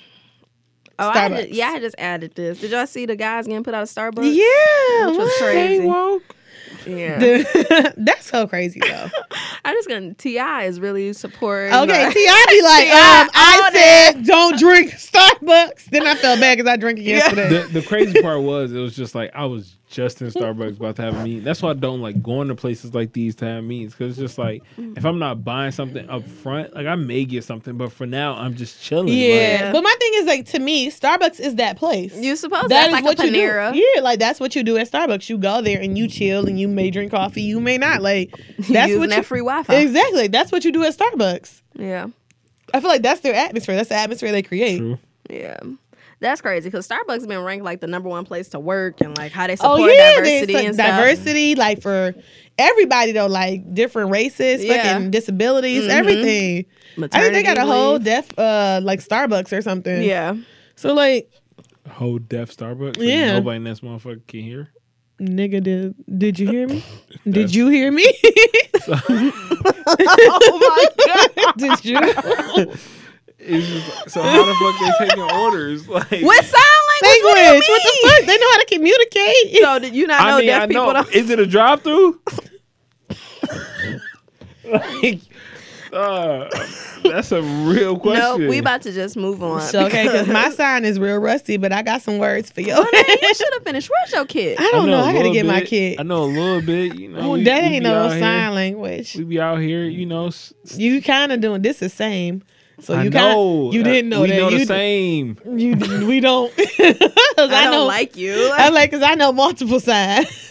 Oh, I
Starbucks.
just, yeah, I just added this. Did y'all see the guys getting put out of Starbucks?
Yeah.
Which was
what?
crazy.
They woke.
Yeah.
That's so crazy, though.
I'm just gonna. Ti is really supporting.
Okay,
like-
see, I be like,
See, I
um, I
own
said don't drink Starbucks. Then I felt bad because I drank it yesterday.
The, the crazy part was it was just like I was just in Starbucks about to have a meeting. That's why I don't like going to places like these to have meetings because it's just like if I'm not buying something up front, like I may get something, but for now I'm just chilling. like,
Yeah. But my thing is like to me, Starbucks is that place.
you supposed
That
to
is
like
what
a
you do.
Panera.
Yeah, like that's what you do at Starbucks. You go there and you chill and you may drink coffee, you may not. Like that's
using
what
that
you,
free Wi-Fi.
Exactly. That's what you do at Starbucks.
Yeah.
I feel like that's their atmosphere. That's the atmosphere they create.
True.
Yeah. That's crazy because Starbucks been ranked like the number one place to work and like how they support
Oh yeah,
diversity
there's
and stuff.
diversity like for everybody though, like different races,
Yeah. Mm-hmm.
fucking disabilities, everything. I think they got
Maternity
a whole
leave.
deaf uh like Starbucks or something.
Yeah.
So like
Whole deaf Starbucks. and
Yeah.
Nobody in this motherfucker can hear.
nigga did did you hear me? Did
That's-
you hear me? oh my god. Did you?
It's just, so how the fuck they taking orders? Like
What sign language? What do you
language. What the
mean?
fuck? They know how to communicate.
So did you not know
I mean,
deaf
I
people
know.
don't?
Is it a drive through? like, uh, that's a real
No,
question.
we about to just move on.
So, okay, because my sign is real rusty, but I got some words for you.
Well, man, you
I
should have finished. Where's your kid?
don't know.
a
I gotta
little
get my
bit.
kid.
I know a little bit. You know, we-
that
we
ain't
be
no
out here-
sign language.
We be out here, you know. s- s-
You kind of doing this the same. So
I
you
know.
kind you
Uh,
didn't know
we
that.
know
you
the
d-
same.
You d- we don't. 'Cause
I,
I,
don't
know.
like you.
I like because I know multiple signs.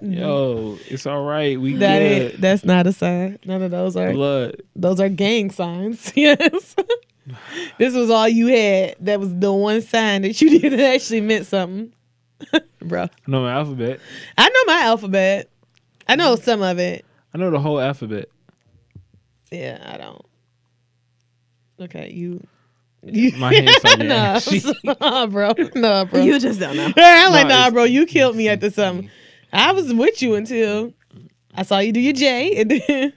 Yo, it's all right. We
That
good.
it, that's not a sign. None of those are
Blood.
those are gang signs. Yes. this was all you had. That was the one sign that you did that actually meant something. Bro.
No my alphabet.
I know my alphabet. I know some of it.
I know the whole alphabet.
Yeah, I don't. Okay, you you
My hands on
nah,
that. She-
nah, bro. Nah, bro.
you just don't know.
I'm like,
Nah,
nah,
it's-
bro, you killed me at the something. I was with you until I saw you do your J and then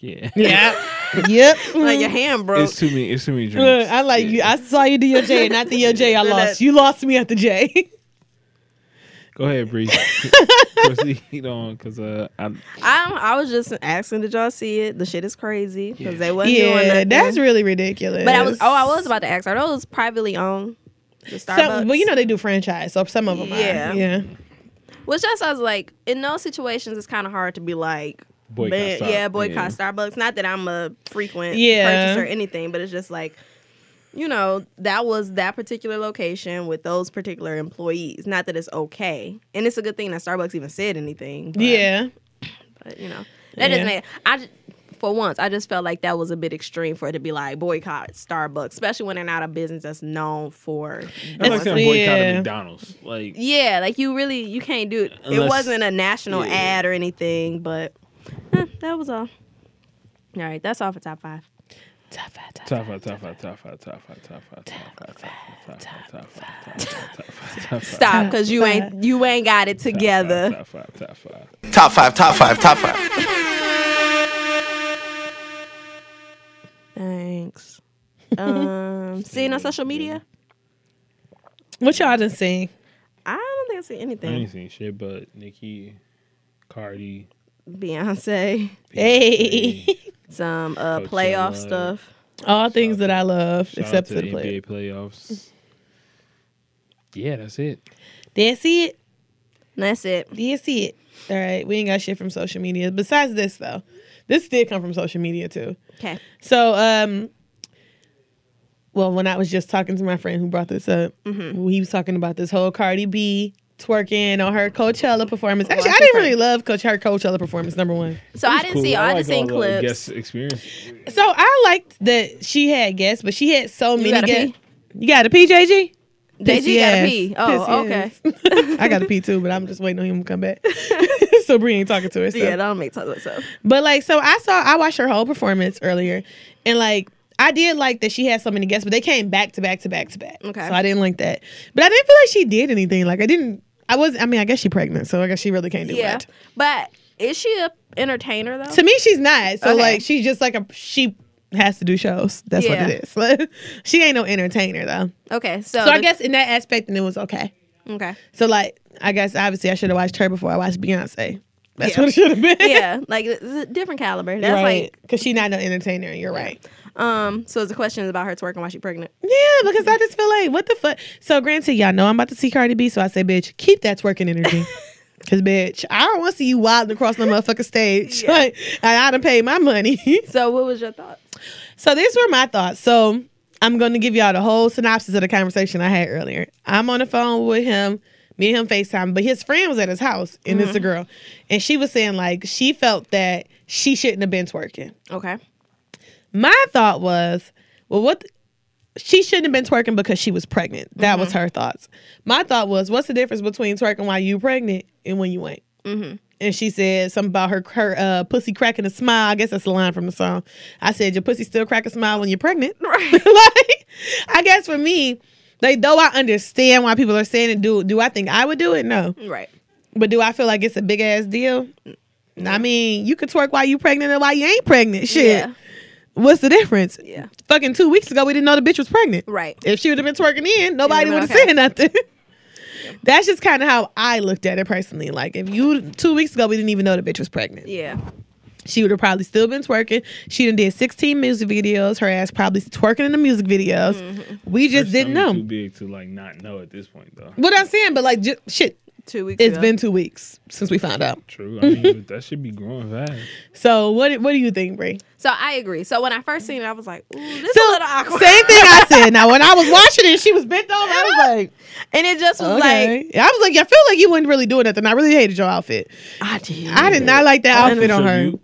Yeah.
Yeah. yep.
Like your hand broke.
It's too many. It's too many drinks.
Look, I like you. I saw you do your J, and after your J, I
Look at
lost.
that.
You lost me at the J.
Go ahead, Bree. Proceed on, because uh, I,
I'm, I was just asking, did y'all see it? The shit is crazy because they wasn't doing
yeah,
nothing.
that's really ridiculous.
But I was. Oh, I was about to ask. Are those privately owned? The Starbucks.
Some, well, you know they do franchise, so some of them
Yeah.
are. Yeah.
Which just I was like, in those situations, it's kind of hard to be like,
Boycott
man,
Starbucks.
yeah, boycott
Yeah.
Starbucks. Not that I'm a frequent
Yeah.
purchaser or anything, but it's just like, you know, that was that particular location with those particular employees. Not that it's okay, and it's a good thing that Starbucks even said anything. But,
Yeah.
but, you know, that
Yeah.
doesn't make. I j- for once, I just felt like that was a bit extreme for it to be like boycott Starbucks, especially when they're not a business that's known for.
That's like
It's-
saying boycott
yeah.
McDonald's. Like
Yeah, like you really you can't do it. it
Unless-
wasn't a national
yeah.
ad or anything, but eh, that was all. All right, that's all for top five. Top five, top
top five, top five, top five, top five, top five, top five, top five, top five, top five, top five, top five,
Stop, because you ain't you ain't got it together.
Top five, top five.
Top five, top five, top five.
Thanks. Um, seen on social media?
What y'all done seen?
I don't think I see anything.
Anything shit, but Nicki, Cardi,
Beyonce,
Hey,
some uh,
Coachella.
playoff stuff.
all things that I love
shout out
except
to
for
the
the player.
NBA playoffs. Yeah, that's it.
That's it.
And That's it.
That's it. All right, we ain't got shit from social media. Besides this though, this did come from social media too.
Okay.
So, um, well, when I was just talking to my friend who brought this up, he was talking about this whole Cardi B twerking on her Coachella performance. Actually, I
that's
didn't
different.
really love Coach her Coachella performance. Number one.
So I didn't see. I,
like
just seen
all the
clips.
Guest experience.
So I liked that she had guests, but she had so many
gotta
guests.
pee?
You got a pee, JG?
JG got
Yes.
to pee. Oh, okay.
Yes, yes. I got to pee too, but I'm just waiting on him to come back. so Brie ain't talking to herself.
Yeah, that don't make sense. So
But like, so I saw, I watched her whole performance earlier, and like, I did like that she had so many guests, but they came back to back to back to back.
Okay.
So I didn't like that, but I didn't feel like she did anything. Like I didn't, I was, I mean, I guess she pregnant, so I guess she really can't do
yeah,
much.
but is she a entertainer though?
To me, she's not. So
Okay.
like, she's just like a she has to do shows. That's
Yeah.
what it is. Like, she ain't no entertainer though.
Okay, so,
So I
the-
guess in that aspect, and it was okay.
okay,
So like, I guess obviously I should have watched her before I watched Beyonce. That's
Yeah.
what it should have been.
yeah, like it's a different caliber. That's
right. Because she's not no entertainer. You're right.
like, um. So the question is about her twerking while she's pregnant.
Yeah, because I just feel like, what the fuck? So, granted, y'all know I'm about to see Cardi B, so I say, bitch, keep that twerking energy. Because, bitch, I don't want to see you wilding across my motherfucking stage. Like, and I done paid my money.
So what was your thoughts?
so, these were my thoughts. So, I'm going to give y'all the whole synopsis of the conversation I had earlier. I'm on the phone with him. Me and him FaceTime, but his friend was at his house, and it's a girl. And she was saying, like, she felt that she shouldn't have been twerking.
Okay,
My thought was, well, what? she shouldn't have been twerking because she was pregnant. That was her thoughts. My thought was, what's the difference between twerking while you pregnant and when you ain't? And she said something about her her uh, pussy cracking a smile. I guess that's a line from the song. I said your pussy still crack a smile when you're pregnant. Right. like, I guess for me, like though I understand why people are saying it, do do I think I would do it? No.
right.
But do I feel like it's a big ass deal? I mean, you could twerk while you pregnant and while you ain't pregnant. Shit.
Yeah,
What's the difference?
Yeah.
Fucking two weeks ago, we didn't know the bitch was pregnant.
right.
If she would have been twerking in, nobody
been
would have
okay.
said nothing. That's just kind of how I looked at it personally. Like, if you two weeks ago, we didn't even know the bitch was pregnant.
Yeah,
She would have probably still been twerking. She done did 16 music videos. Her ass probably twerking in the music videos.
Mm-hmm.
We just didn't
Stomach Too
know.
big to like not know at this point though.
What I'm saying, but like, just, shit,
two weeks.
It's
ago.
been two weeks since we found out.
True. I mean, that should be growing fast.
So, what what do you think, Brie?
So I agree. So when I first seen it, I was like, ooh, this
So,
is a little awkward.
Same thing I said. Now, when I was watching it, she was bent over. I was like,
and it just was
okay.
like,
I was like, I feel like you weren't really doing nothing. I really hated your outfit.
I did.
I did not like that outfit on her.
Tribute-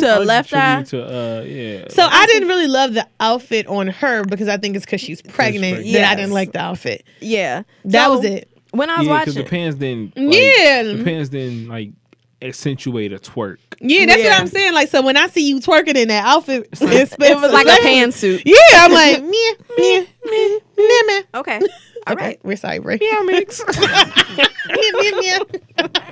to left eye.
tribute To, uh, yeah.
So I didn't really love the outfit on her because I think it's because she's pregnant
pregnant.
that I
Yes.
didn't like the outfit.
Yeah,
That
So
was it.
When I was
yeah, because
watching,
the pants didn't. Like,
Yeah.
The pants didn't like accentuate a twerk.
Yeah, that's
Yeah.
what I'm saying. Like, so when I see you twerking in that outfit, it's
it was like a pantsuit.
Yeah, I'm like, meh, meh, meh, meh, meh.
Okay, all
Okay,
right.
we're sorry, Brie. Yeah, mix.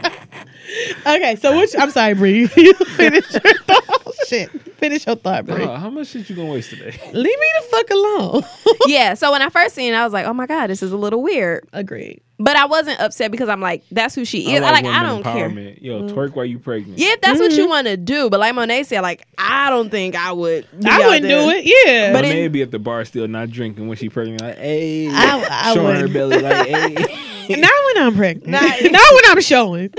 okay, so which I'm sorry, Brie. You finish your thought. Shit, finish your thought, Brie.
Oh, how much shit you gonna waste today?
Leave me the fuck alone.
Yeah. So when I first seen it, I was like, oh my god, this is a little weird.
Agreed.
But I wasn't upset because I'm like, that's who she is. I like, I don't
women
care.
empowerment. Yo,
Mm.
twerk while you pregnant.
Yeah, if that's what
Mm-hmm.
you want to do. But like Monet said, like I don't think I would. be
I
out
wouldn't
there.
do it. Yeah,
But
But
Monet
it-
be at the bar still not drinking when she pregnant. Like, hey,
I- I
showing her
wouldn't.
belly. Like, hey,
not when I'm pregnant. Not,
Not-
when I'm showing.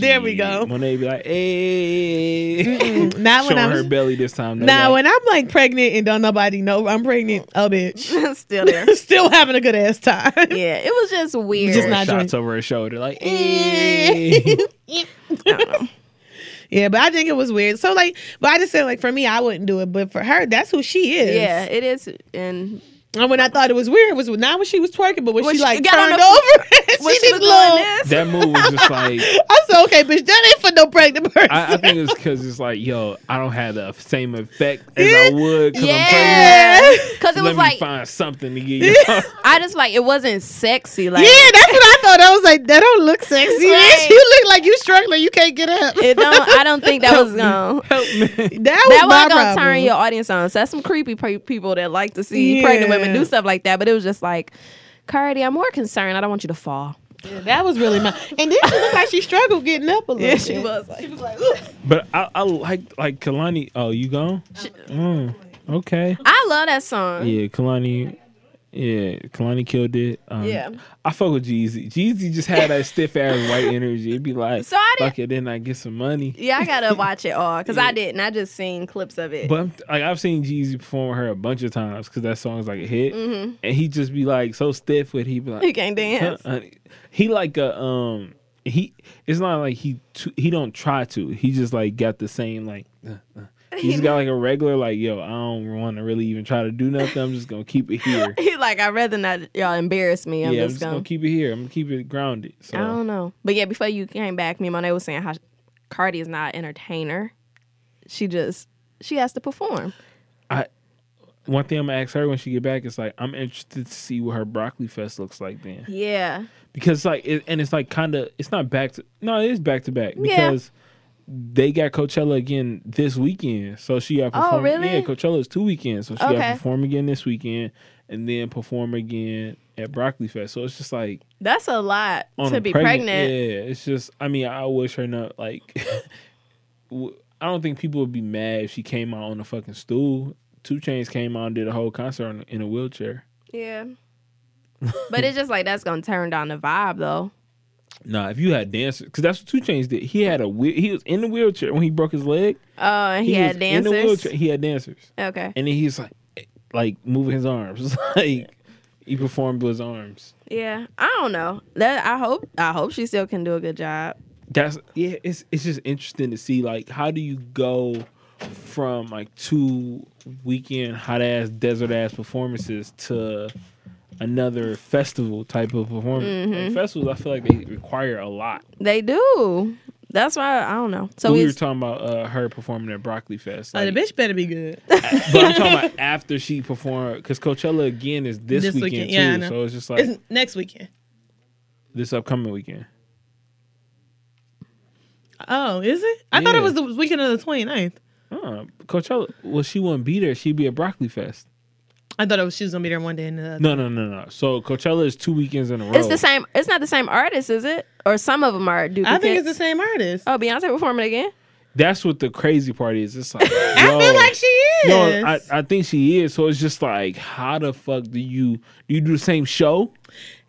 there we go.
Monet be like, hey,
Not when
showing her
I'm.
belly this time. though,
Now
like,
when I'm like pregnant and don't nobody know I'm pregnant, oh bitch,
Still there.
still having a good ass time.
Yeah, it was just weird.
Just
throwing
not
shots
drinking.
Uh-uh.
over her shoulder. Like, hey.
I don't know.
Yeah, but I think it was weird. So like, but I just said like for me, I wouldn't do it, but for her, that's who she is.
Yeah, it is. And
And when I thought it was weird, it was not when she was twerking, but when,
When
she
she
like
got on
turned
the-
over, and
when
she,
she
did
was
glow.
doing this,
That move was just like
I said, okay, bitch, that ain't for no pregnant person.
I, I think it's because it's like, yo, I don't have the same effect as
Yeah.
I would because I'm pregnant.
yeah, because it
Let
was
me
like
find something to get you.
I just like it wasn't sexy. Like
yeah, that's what I thought. I was like, that don't look sexy.
Right.
bitch. You look like you struggling. You can't get up.
it don't. I don't think that was gonna.
Help me.
That was
That
my
wasn't gonna
problem.
turn your audience on. So that's some creepy pre- people that like to see pregnant
Yeah.
women do stuff like that. But it was just like, Cardi, I'm more concerned. I don't want you to fall.
That was really my. And then she looked like she struggled getting up a little.
Yeah, she
bit.
was
She was like, "Ooh."
But I, I like like Kalani. Oh, you gone? Mm, okay.
I love that song.
Yeah, Kalani. Yeah, Kalani killed it. Um,
Yeah.
I fuck with Jeezy. Jeezy just had that stiff ass white energy. It'd be like,
So I didn't-
fuck it, then I get some money.
Yeah, I gotta watch it all because I didn't. I just seen clips of it.
But I'm, like I've seen Jeezy perform with her a bunch of times because that song's like a hit,
Mm-hmm.
and he just be like so stiff with it, he be like
he can't
Huh,
dance.
honey. He like a um he it's not like he too, he don't try to. He just like got the same like uh, uh. he just got like a regular like yo, I don't want to really even try to do nothing. I'm just going to keep it here.
He like I'd rather not y'all embarrass me. I'm
yeah, I'm
just
just going
gonna.
to keep it here. I'm going to keep it grounded. So
I don't know. But yeah, before you came back, me and Monet was saying how Cardi is not an entertainer. She just she has to perform.
one thing I'm going to ask her when she get back is like I'm interested to see what her broccoli fest looks like then.
Yeah.
Because like it, and it's like kind of it's not back to No, it is back to back
Yeah.
because They got Coachella again this weekend, so she got
Oh,
perform.
really?
Yeah, Coachella is two weekends, so she got
Okay.
perform again this weekend, and then perform again at Broccoli Fest. So it's just like
That's a lot
on
to
a
be pregnant.
Yeah, it's just. I mean, I wish her not like. w- I don't think people would be mad if she came out on a fucking stool. Two Chains came out and did a whole concert in, in a wheelchair.
Yeah. but it's just like that's gonna turn down the vibe though.
Nah, if you had dancers, because that's what Two Chains did. He had a wheel. He was in the wheelchair when he broke his leg.
Oh, and he,
was
had
In the
dancers.
wheelchair. He had dancers.
Okay.
and then he's like, like moving his arms, like he performed with his arms.
Yeah. I don't know. That I hope I hope she still can do a good job.
That's yeah. It's it's just interesting to see like how do you go from like two weekend hot ass desert ass performances to another festival type of performance.
Mm-hmm.
Like, festivals, I feel like they require a lot.
They do. That's why I don't know. So
we were
it's
talking about uh, her performing at Broccoli Fest,
Like,
like,
the bitch better be good.
but I'm talking about after she performed because Coachella again is this,
This
weekend,
weekend,
too.
yeah, I know.
So it's just like
it's next weekend.
this upcoming weekend.
Oh, is it? I thought
Yeah.
it was the weekend of the 29th.
Uh, Coachella. Well, she wouldn't be there. She'd be at Broccoli Fest.
I thought it was she was gonna be there one day and the other.
No, no, no, no. So Coachella is two weekends in a row.
it's the same it's not the same artist, is it? Or some of them are duplicates.
I think it's the same artist.
Oh, Beyonce performing again?
That's what the crazy part is. It's like
I feel like she is.
No, I, I think she is. So it's just like, how the fuck do you do you do the same show?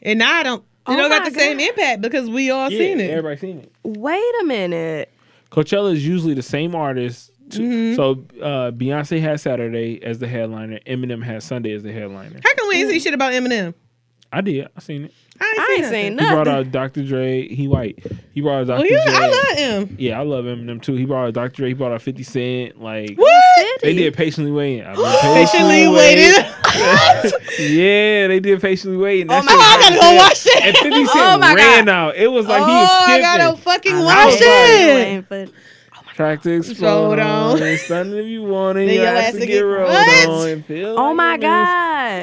and now I don't. It
Oh
don't got
my
the same impact because we all seen it.
everybody seen it.
Wait a minute.
Coachella is usually the same artist. To,
Mm-hmm.
So uh, Beyonce has Saturday as the headliner. Eminem has Sunday as the headliner.
How come we ain't see shit about Eminem?
I did. I seen it.
Mm. I
I
ain't
ain't seen
saying
nothing.
He brought
nothing.
out Dr. Dre. He white. He brought out Dr.
Well, Oh, yeah,
Dre.
I love him.
Yeah, I love Eminem too. He brought out Dr. Dre. He brought out 50 Cent. Like
What?
they did patiently waiting. I mean,
Patiently waiting.
patiently, yeah, they did patiently waiting. That
Oh my
shit was
I gotta go watch
like-
that.
And 50 Cent
Oh my
ran
God.
out. It was like he was
oh, I
skipping.
gotta fucking
I
watch
was
it.
But
Track to
Rolled
explode
on.
on. It's something if you want it. Your
your
ass
ass
to
to
get,
get-
rolled
What?
on. and feel
Oh
like
my
it is.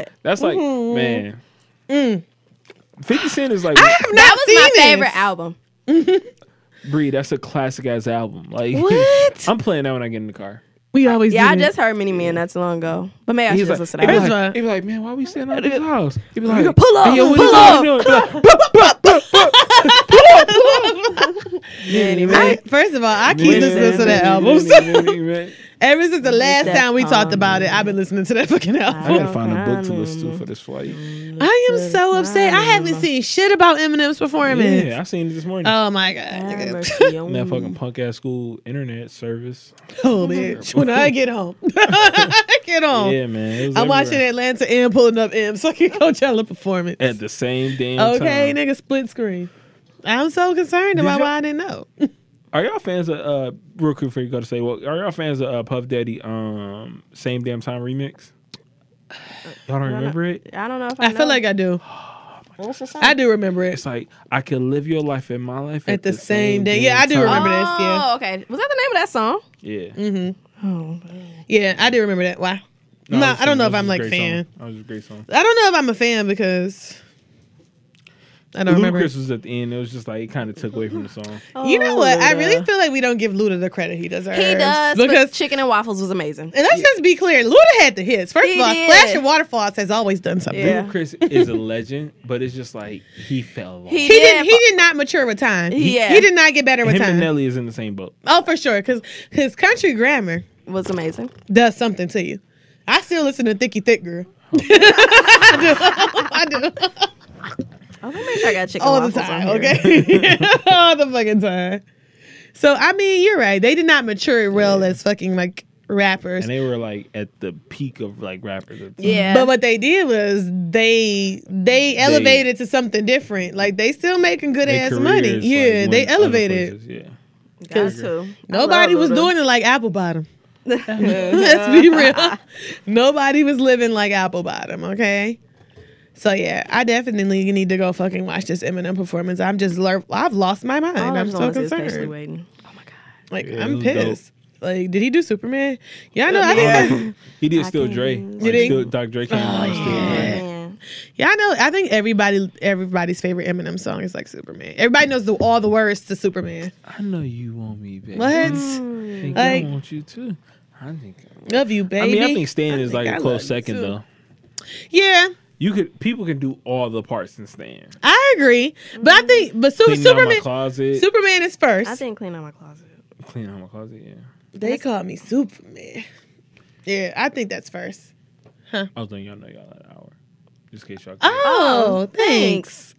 god.
That's like
Mm-hmm.
man.
Mm.
50 Cent is like
I've
That
not
was
seen
my
this.
favorite album.
Bree. That's a classic ass album. Like
What?
I'm playing that when I get in the car.
We always
Yeah, I
do that.
just heard Many Men not too long ago. But maybe I
He's
should
like,
just listen
he'd be
to
That's
it.
like,
right.
he'd be like, man, why we sitting out of this house? He'd be like,
pull up,
"Hey, yo, what
pull
you
up."
doing? He'd be like,
I- first of all, I keep
Wait,
listening to that album. Ever since the last
that
time we talked
on
about it, I've been listening to that fucking album.
I gotta find a book to listen to for this flight.
I am so upset. I haven't seen shit about Eminem's performance.
Yeah, I seen it this morning.
Oh my god. nigga.
And that fucking punk ass school internet service.
Oh bitch. When I get home. I get home.
Yeah, man. it was
oh, I'm watching
everywhere.
Atlanta and pulling up M so I can Coachella performance.
at the same damn time.
Okay, nigga, split screen. I'm so concerned about
y'all-
why I didn't know.
Are y'all fans of uh real quick before you go to say well are y'all fans of uh, Puff Daddy um same damn time remix?
Uh,
Y'all don't remember it?
I don't know if I,
I feel like I do. I do remember it.
It's like I could live your life and my life
At the same day. Yeah,
damn
I do
time."
remember Mm-hmm. that. this, yeah.
Oh, okay. Was that the name of that song?
Yeah.
Yeah, I do remember that. Why?
No,
No,
I was
I don't
saying
know
that
if
was
I'm
a
like
great
fan.
song. That was a great song.
I don't know if I'm a fan because I don't remember.
Ludacris was at the end. It was just like it kind of took away from the song.
You know what? I really
Luda.
feel like we don't give Luda the credit he deserves.
Oh, He does.
because
but chicken and waffles was amazing.
and let's just be clear, Luda had the hits. First
He
of all,
did.
Splash and Waterfalls has always done something.
Yeah.
Ludacris is a legend, but it's just like he fell off.
He,
He
did.
didn't. He did not mature with time. He-
Yeah.
He did not get better with
Him and
time.
Nelly is in the same boat.
Oh, for sure, because his country grammar
was amazing.
does something to you. I still listen to Thicky Thick Girl. I do. I do.
Oh, let me make sure I got chicken
all the
waffles
time.
on here.
Okay, all the fucking time. So I mean, you're right. They did not mature well as fucking like rappers.
And they were like at the peak of like rappers. At the time.
Yeah.
But what they did was they they elevated to something different. Like they still making good
Their
ass
careers,
money.
like,
yeah,
went
they
other
elevated.
places, Yeah.
Got to. I
Nobody
love
was
Luda.
doing it like Apple Bottom. Let's be real. Nobody was living like Apple Bottom, okay? So yeah, I definitely need to go fucking watch this Eminem performance. I'm just lur- I've lost my mind.
All I
I'm
just
so
wanna see is patiently
concerned.
waiting. Oh my god.
Like
Yeah, it
I'm
was dope.
pissed. Like did he do Superman? Yeah, I know. I think
He did still Dre. Like,
he?
still, Dr. Dre came out and still Dre.
Oh, Man.
yeah, I know. I think everybody everybody's favorite Eminem song is like Superman. Everybody knows the, all the words to Superman.
I know you want me, baby.
What?
I think
Like-
I want you too. I think.
Love you,
I
baby.
mean, I think Stan is like
I
a
love
close
you
second
too.
though.
yeah,
You could people can do all the parts in Stan.
I agree. But I think but Su-
Cleaning out my
Superman
closet.
Superman is first.
I didn't clean out my closet.
Cleaning out my closet. Yeah.
They call me Superman. Yeah, I think that's first.
I was letting y'all know y'all had an hour. Just in case y'all.
Oh, thanks.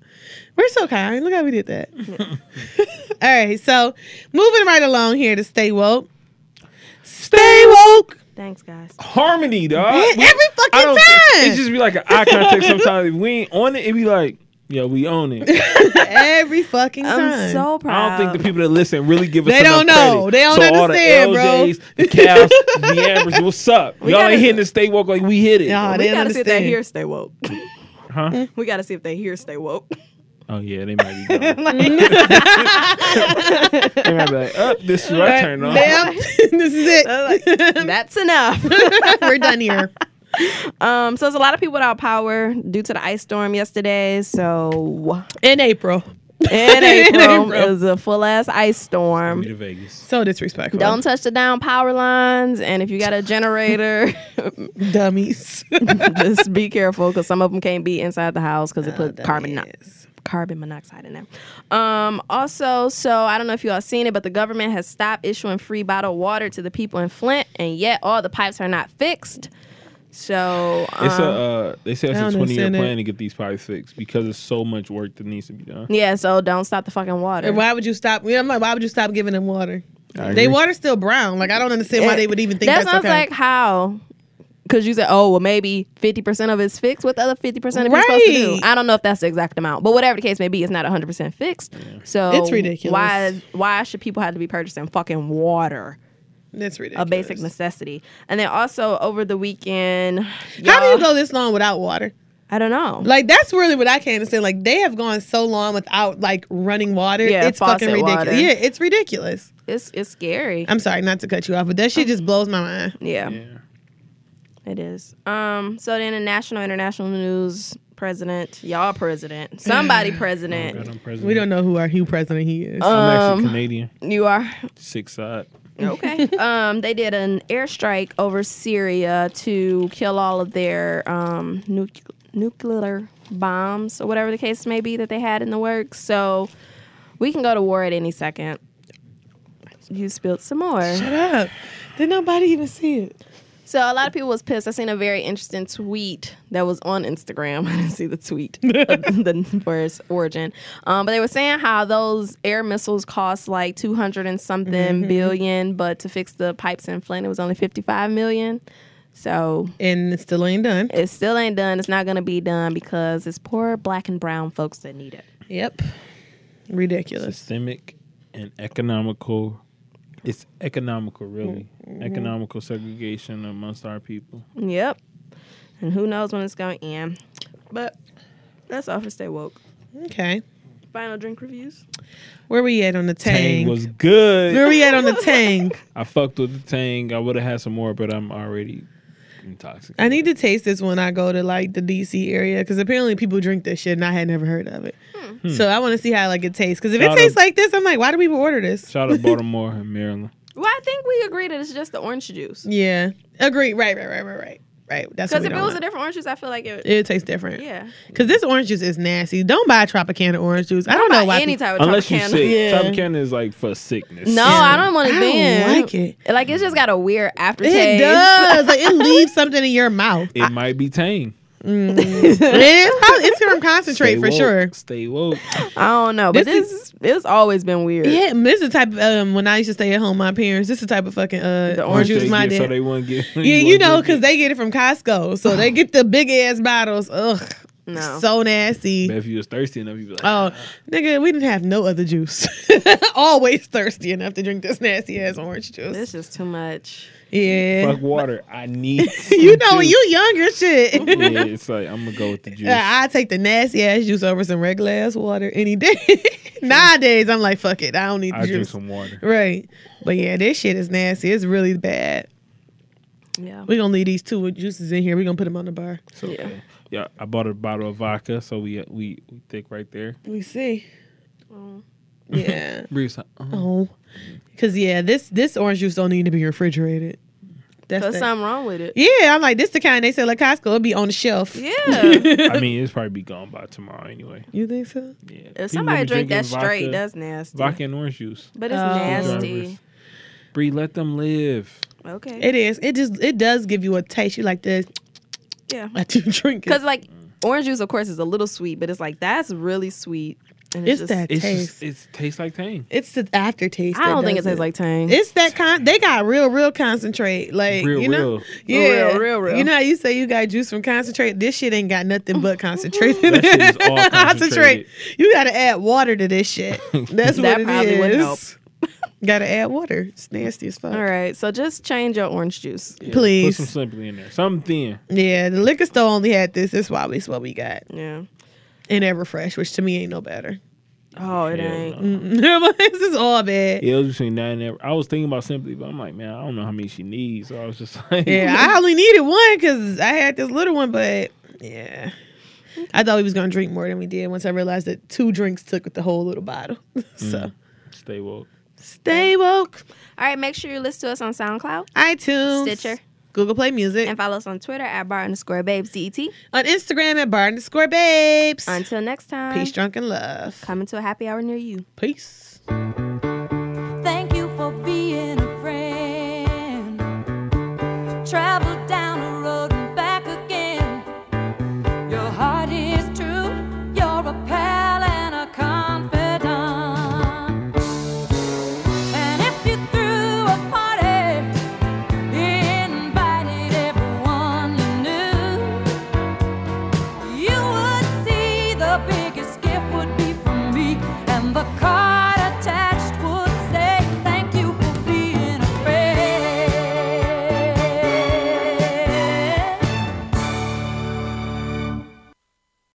We're so kind. Look how we did that. All right, so moving right along here to stay woke. Stay woke.
Thanks, guys.
harmony, dog.
Every fucking
Uh, I don't.
time.
It just be like an eye contact sometimes. If we ain't on it, it be like, yeah, we own it.
Every fucking time.
I'm so proud.
I don't think the people that listen really give us.
They don't
enough
know.
credit.
They don't
so
understand,
all
bro.
the LJs, The Cavs, the Ambers, what's up? Y'all
gotta-
ain't hitting the state walk like we hit it.
Nah,
we
they
gotta
don't
see if they
understand.
hear stay woke.
Huh?
we gotta see if they hear stay woke.
Oh yeah, they might be. Gone. they might be like, up. this is what I turn on.
Damn, this is it.
That's enough.
We're done here.
Um, so there's a lot of people without power due to the ice storm yesterday. So
In April.
in April,
April.
it was a full ass ice storm.
We to Vegas.
So disrespectful.
Don't touch the down power lines, and if you got a generator,
dummies.
just be careful because some of them can't be inside the house because it put carbon mon- carbon monoxide in there. Um, also, so I don't know if you all seen it, but the government has stopped issuing free bottled water to the people in Flint, and yet all the pipes are not fixed. So um,
It's a. Uh, they say it's
I
a
Uh-huh. don't
20 year
understand
plan
it.
to get these pipes fixed because there's so much work that needs to be done.
yeah, so don't stop the fucking water.
And why would you stop? Yeah, I'm like, why would you stop giving them water?
I
They
agree.
water's still brown. Like I don't understand why they would even think
that
that's,
sounds
okay.
like how. Because you said, oh, well, maybe 50% of it's fixed. What the other 50% of it's supposed to do?
Right.
I don't know if that's the exact amount. But whatever the case may be, it's not 100% fixed. So
It's ridiculous.
Why, why should people have to be purchasing fucking water?
that's ridiculous.
A basic necessity. And then also over the weekend.
How do
y'all-
you go this long without water?
I don't know.
Like that's really what I can't understand. Like they have gone so long without like running water.
Yeah,
it's fucking
faucet
ridiculous.
water.
Yeah, it's ridiculous.
it's, it's scary.
I'm sorry not to cut you off, but that
Oh.
shit just blows my mind.
yeah.
Yeah.
It is. Um. So then, in national, international news, president, y'all president, somebody
Oh,
president.
God, I'm president.
We don't know who our Hugh president he is.
I'm
Um,
actually Canadian.
you are
Six side.
okay. um. They did an airstrike over Syria to kill all of their um nuc- nuclear bombs or whatever the case may be that they had in the works. So we can go to war at any second. You spilled some more.
Shut up. Did nobody even see it?
So a lot of people was pissed. I seen a very interesting tweet that was on Instagram. I didn't see the tweet, the for its origin. Um, but they were saying how those air missiles cost like two hundred and something
Mm-hmm.
billion, but to fix the pipes in Flint, it was only fifty five million. So
And it still ain't done.
it still ain't done. It's not gonna be done because it's poor black and brown folks that need it.
Yep. Ridiculous.
Systemic and economical. It's economical, really.
Mm-hmm.
Economical segregation amongst our people.
Yep. And who knows when it's going to end.
But
That's all for Stay Woke.
okay,
Final drink reviews.
where we at on the
Tang
tang?
was good.
where we at on the tang?
I fucked with the Tang. I would have had some more, but I'm already intoxicated.
I need to taste this when I go to like the DC area because apparently people drink this shit and I had never heard of it.
Hmm.
So I want to see how like it tastes because if
Shout
it tastes
out-
like this, I'm like, why do people order this?
Shout out Baltimore and Maryland.
Well, I think we agree that it's just the orange juice.
Yeah, agree. Right, right, right, right, right, right.
Because
That's what
if
we
it was
don't
a
want.
different orange juice, I feel like it.
It tastes different.
yeah.
Because this orange juice is nasty. Don't buy Tropicana orange juice. I don't know why.
Any
people-
type of
Unless you're
Tropicana.
sick.
Yeah.
Tropicana is like for sickness.
No, I don't want
I
it.
don't
Then
like it.
Like it's just got a weird aftertaste.
It does. like it leaves something in your mouth.
It might be Tang.
it's probably it's from
Stay
concentrate for
woke.
sure.
Stay woke.
I don't know, but
This
this, it's always been weird.
Yeah, and this is the type of um, when I used to stay at home, my parents. This is the type of fucking uh,
The
orange
orange
juice
They
my
get- So
dad.
they wouldn't get.
Yeah, you know, because they get it from Costco, so they get the big ass bottles. Ugh,
No.
so nasty.
if you was thirsty enough, you'd be like,
Oh, nigga, we didn't have no other juice. Always thirsty enough to drink this nasty ass orange juice.
This is too much.
Oh, yeah,
fuck water. I need.
you
some
know, when
juice."
you younger, shit.
Yeah, it's like I'm gonna go with the juice.
I take the nasty ass juice over some regular ass water any day. Nowadays, I'm like, fuck it, I don't need
I drink
juice.
some water.
Right. But yeah, this shit is nasty. It's really bad.
Yeah.
We're gonna leave these two juices in here. We're gonna put them on the bar.
So yeah. yeah, I bought a bottle of vodka, so we uh, we we thick right there.
We see. Yeah.
Bruce, uh,
oh. Cause yeah, this this orange juice don't need to be refrigerated. That's
There's
that-
something wrong with it.
Yeah, I'm like this the kind they sell at Costco. It'll be on the shelf.
Yeah.
I mean, it's probably be gone by tomorrow anyway.
You think so?
Yeah, people
if somebody
be
drink that
drinking
straight,
vodka-
that's nasty.
vodka and orange juice.
But it's
Oh.
nasty.
Bree, let them live.
Okay.
It is. It just it does give you a taste. You like this
yeah.
after you drink
Because
it.
like orange juice, of course, is a little sweet, but it's like that's really sweet. And
It's
it's, just,
that
It's
taste.
just, it's tastes like Tang.
it's the aftertaste.
I don't
that
think it
does
tastes like Tang.
It's that con. They got real, real concentrate. Like
Real,
you know,
real.
yeah,
Oh, Real, real, real.
You know how you say you got juice from concentrate. This shit ain't got nothing but concentrate. in it.
That shit is all concentrated.
You got to add water to this shit. That's
That
what it
probably would help.
got to add water. It's nasty as fuck.
All right. So just change your orange juice.
Yeah,
Please.
put some simply in there. Something.
Yeah, the liquor store only had this. That's why we it's what we got.
Yeah.
And Everfresh, which to me ain't no better.
Oh, it
Yeah,
ain't.
no.
this is all bad. Yeah.
Yeah, it was between nine and I was thinking about simply, but I'm like, man, I don't know how many she needs. So I was just like,
I only needed one because I had this little one, but yeah. I thought we was gonna drink more than we did once I realized that two drinks took the whole little bottle. so
stay woke.
stay woke.
All right. Make sure you listen to us on SoundCloud,
iTunes,
Stitcher,
Google Play Music,
and follow us on Twitter at bar underscore babes det.
on Instagram at bar underscore babes.
Until next time,
Peace, drunk, and love.
coming to a happy hour near you.
Peace.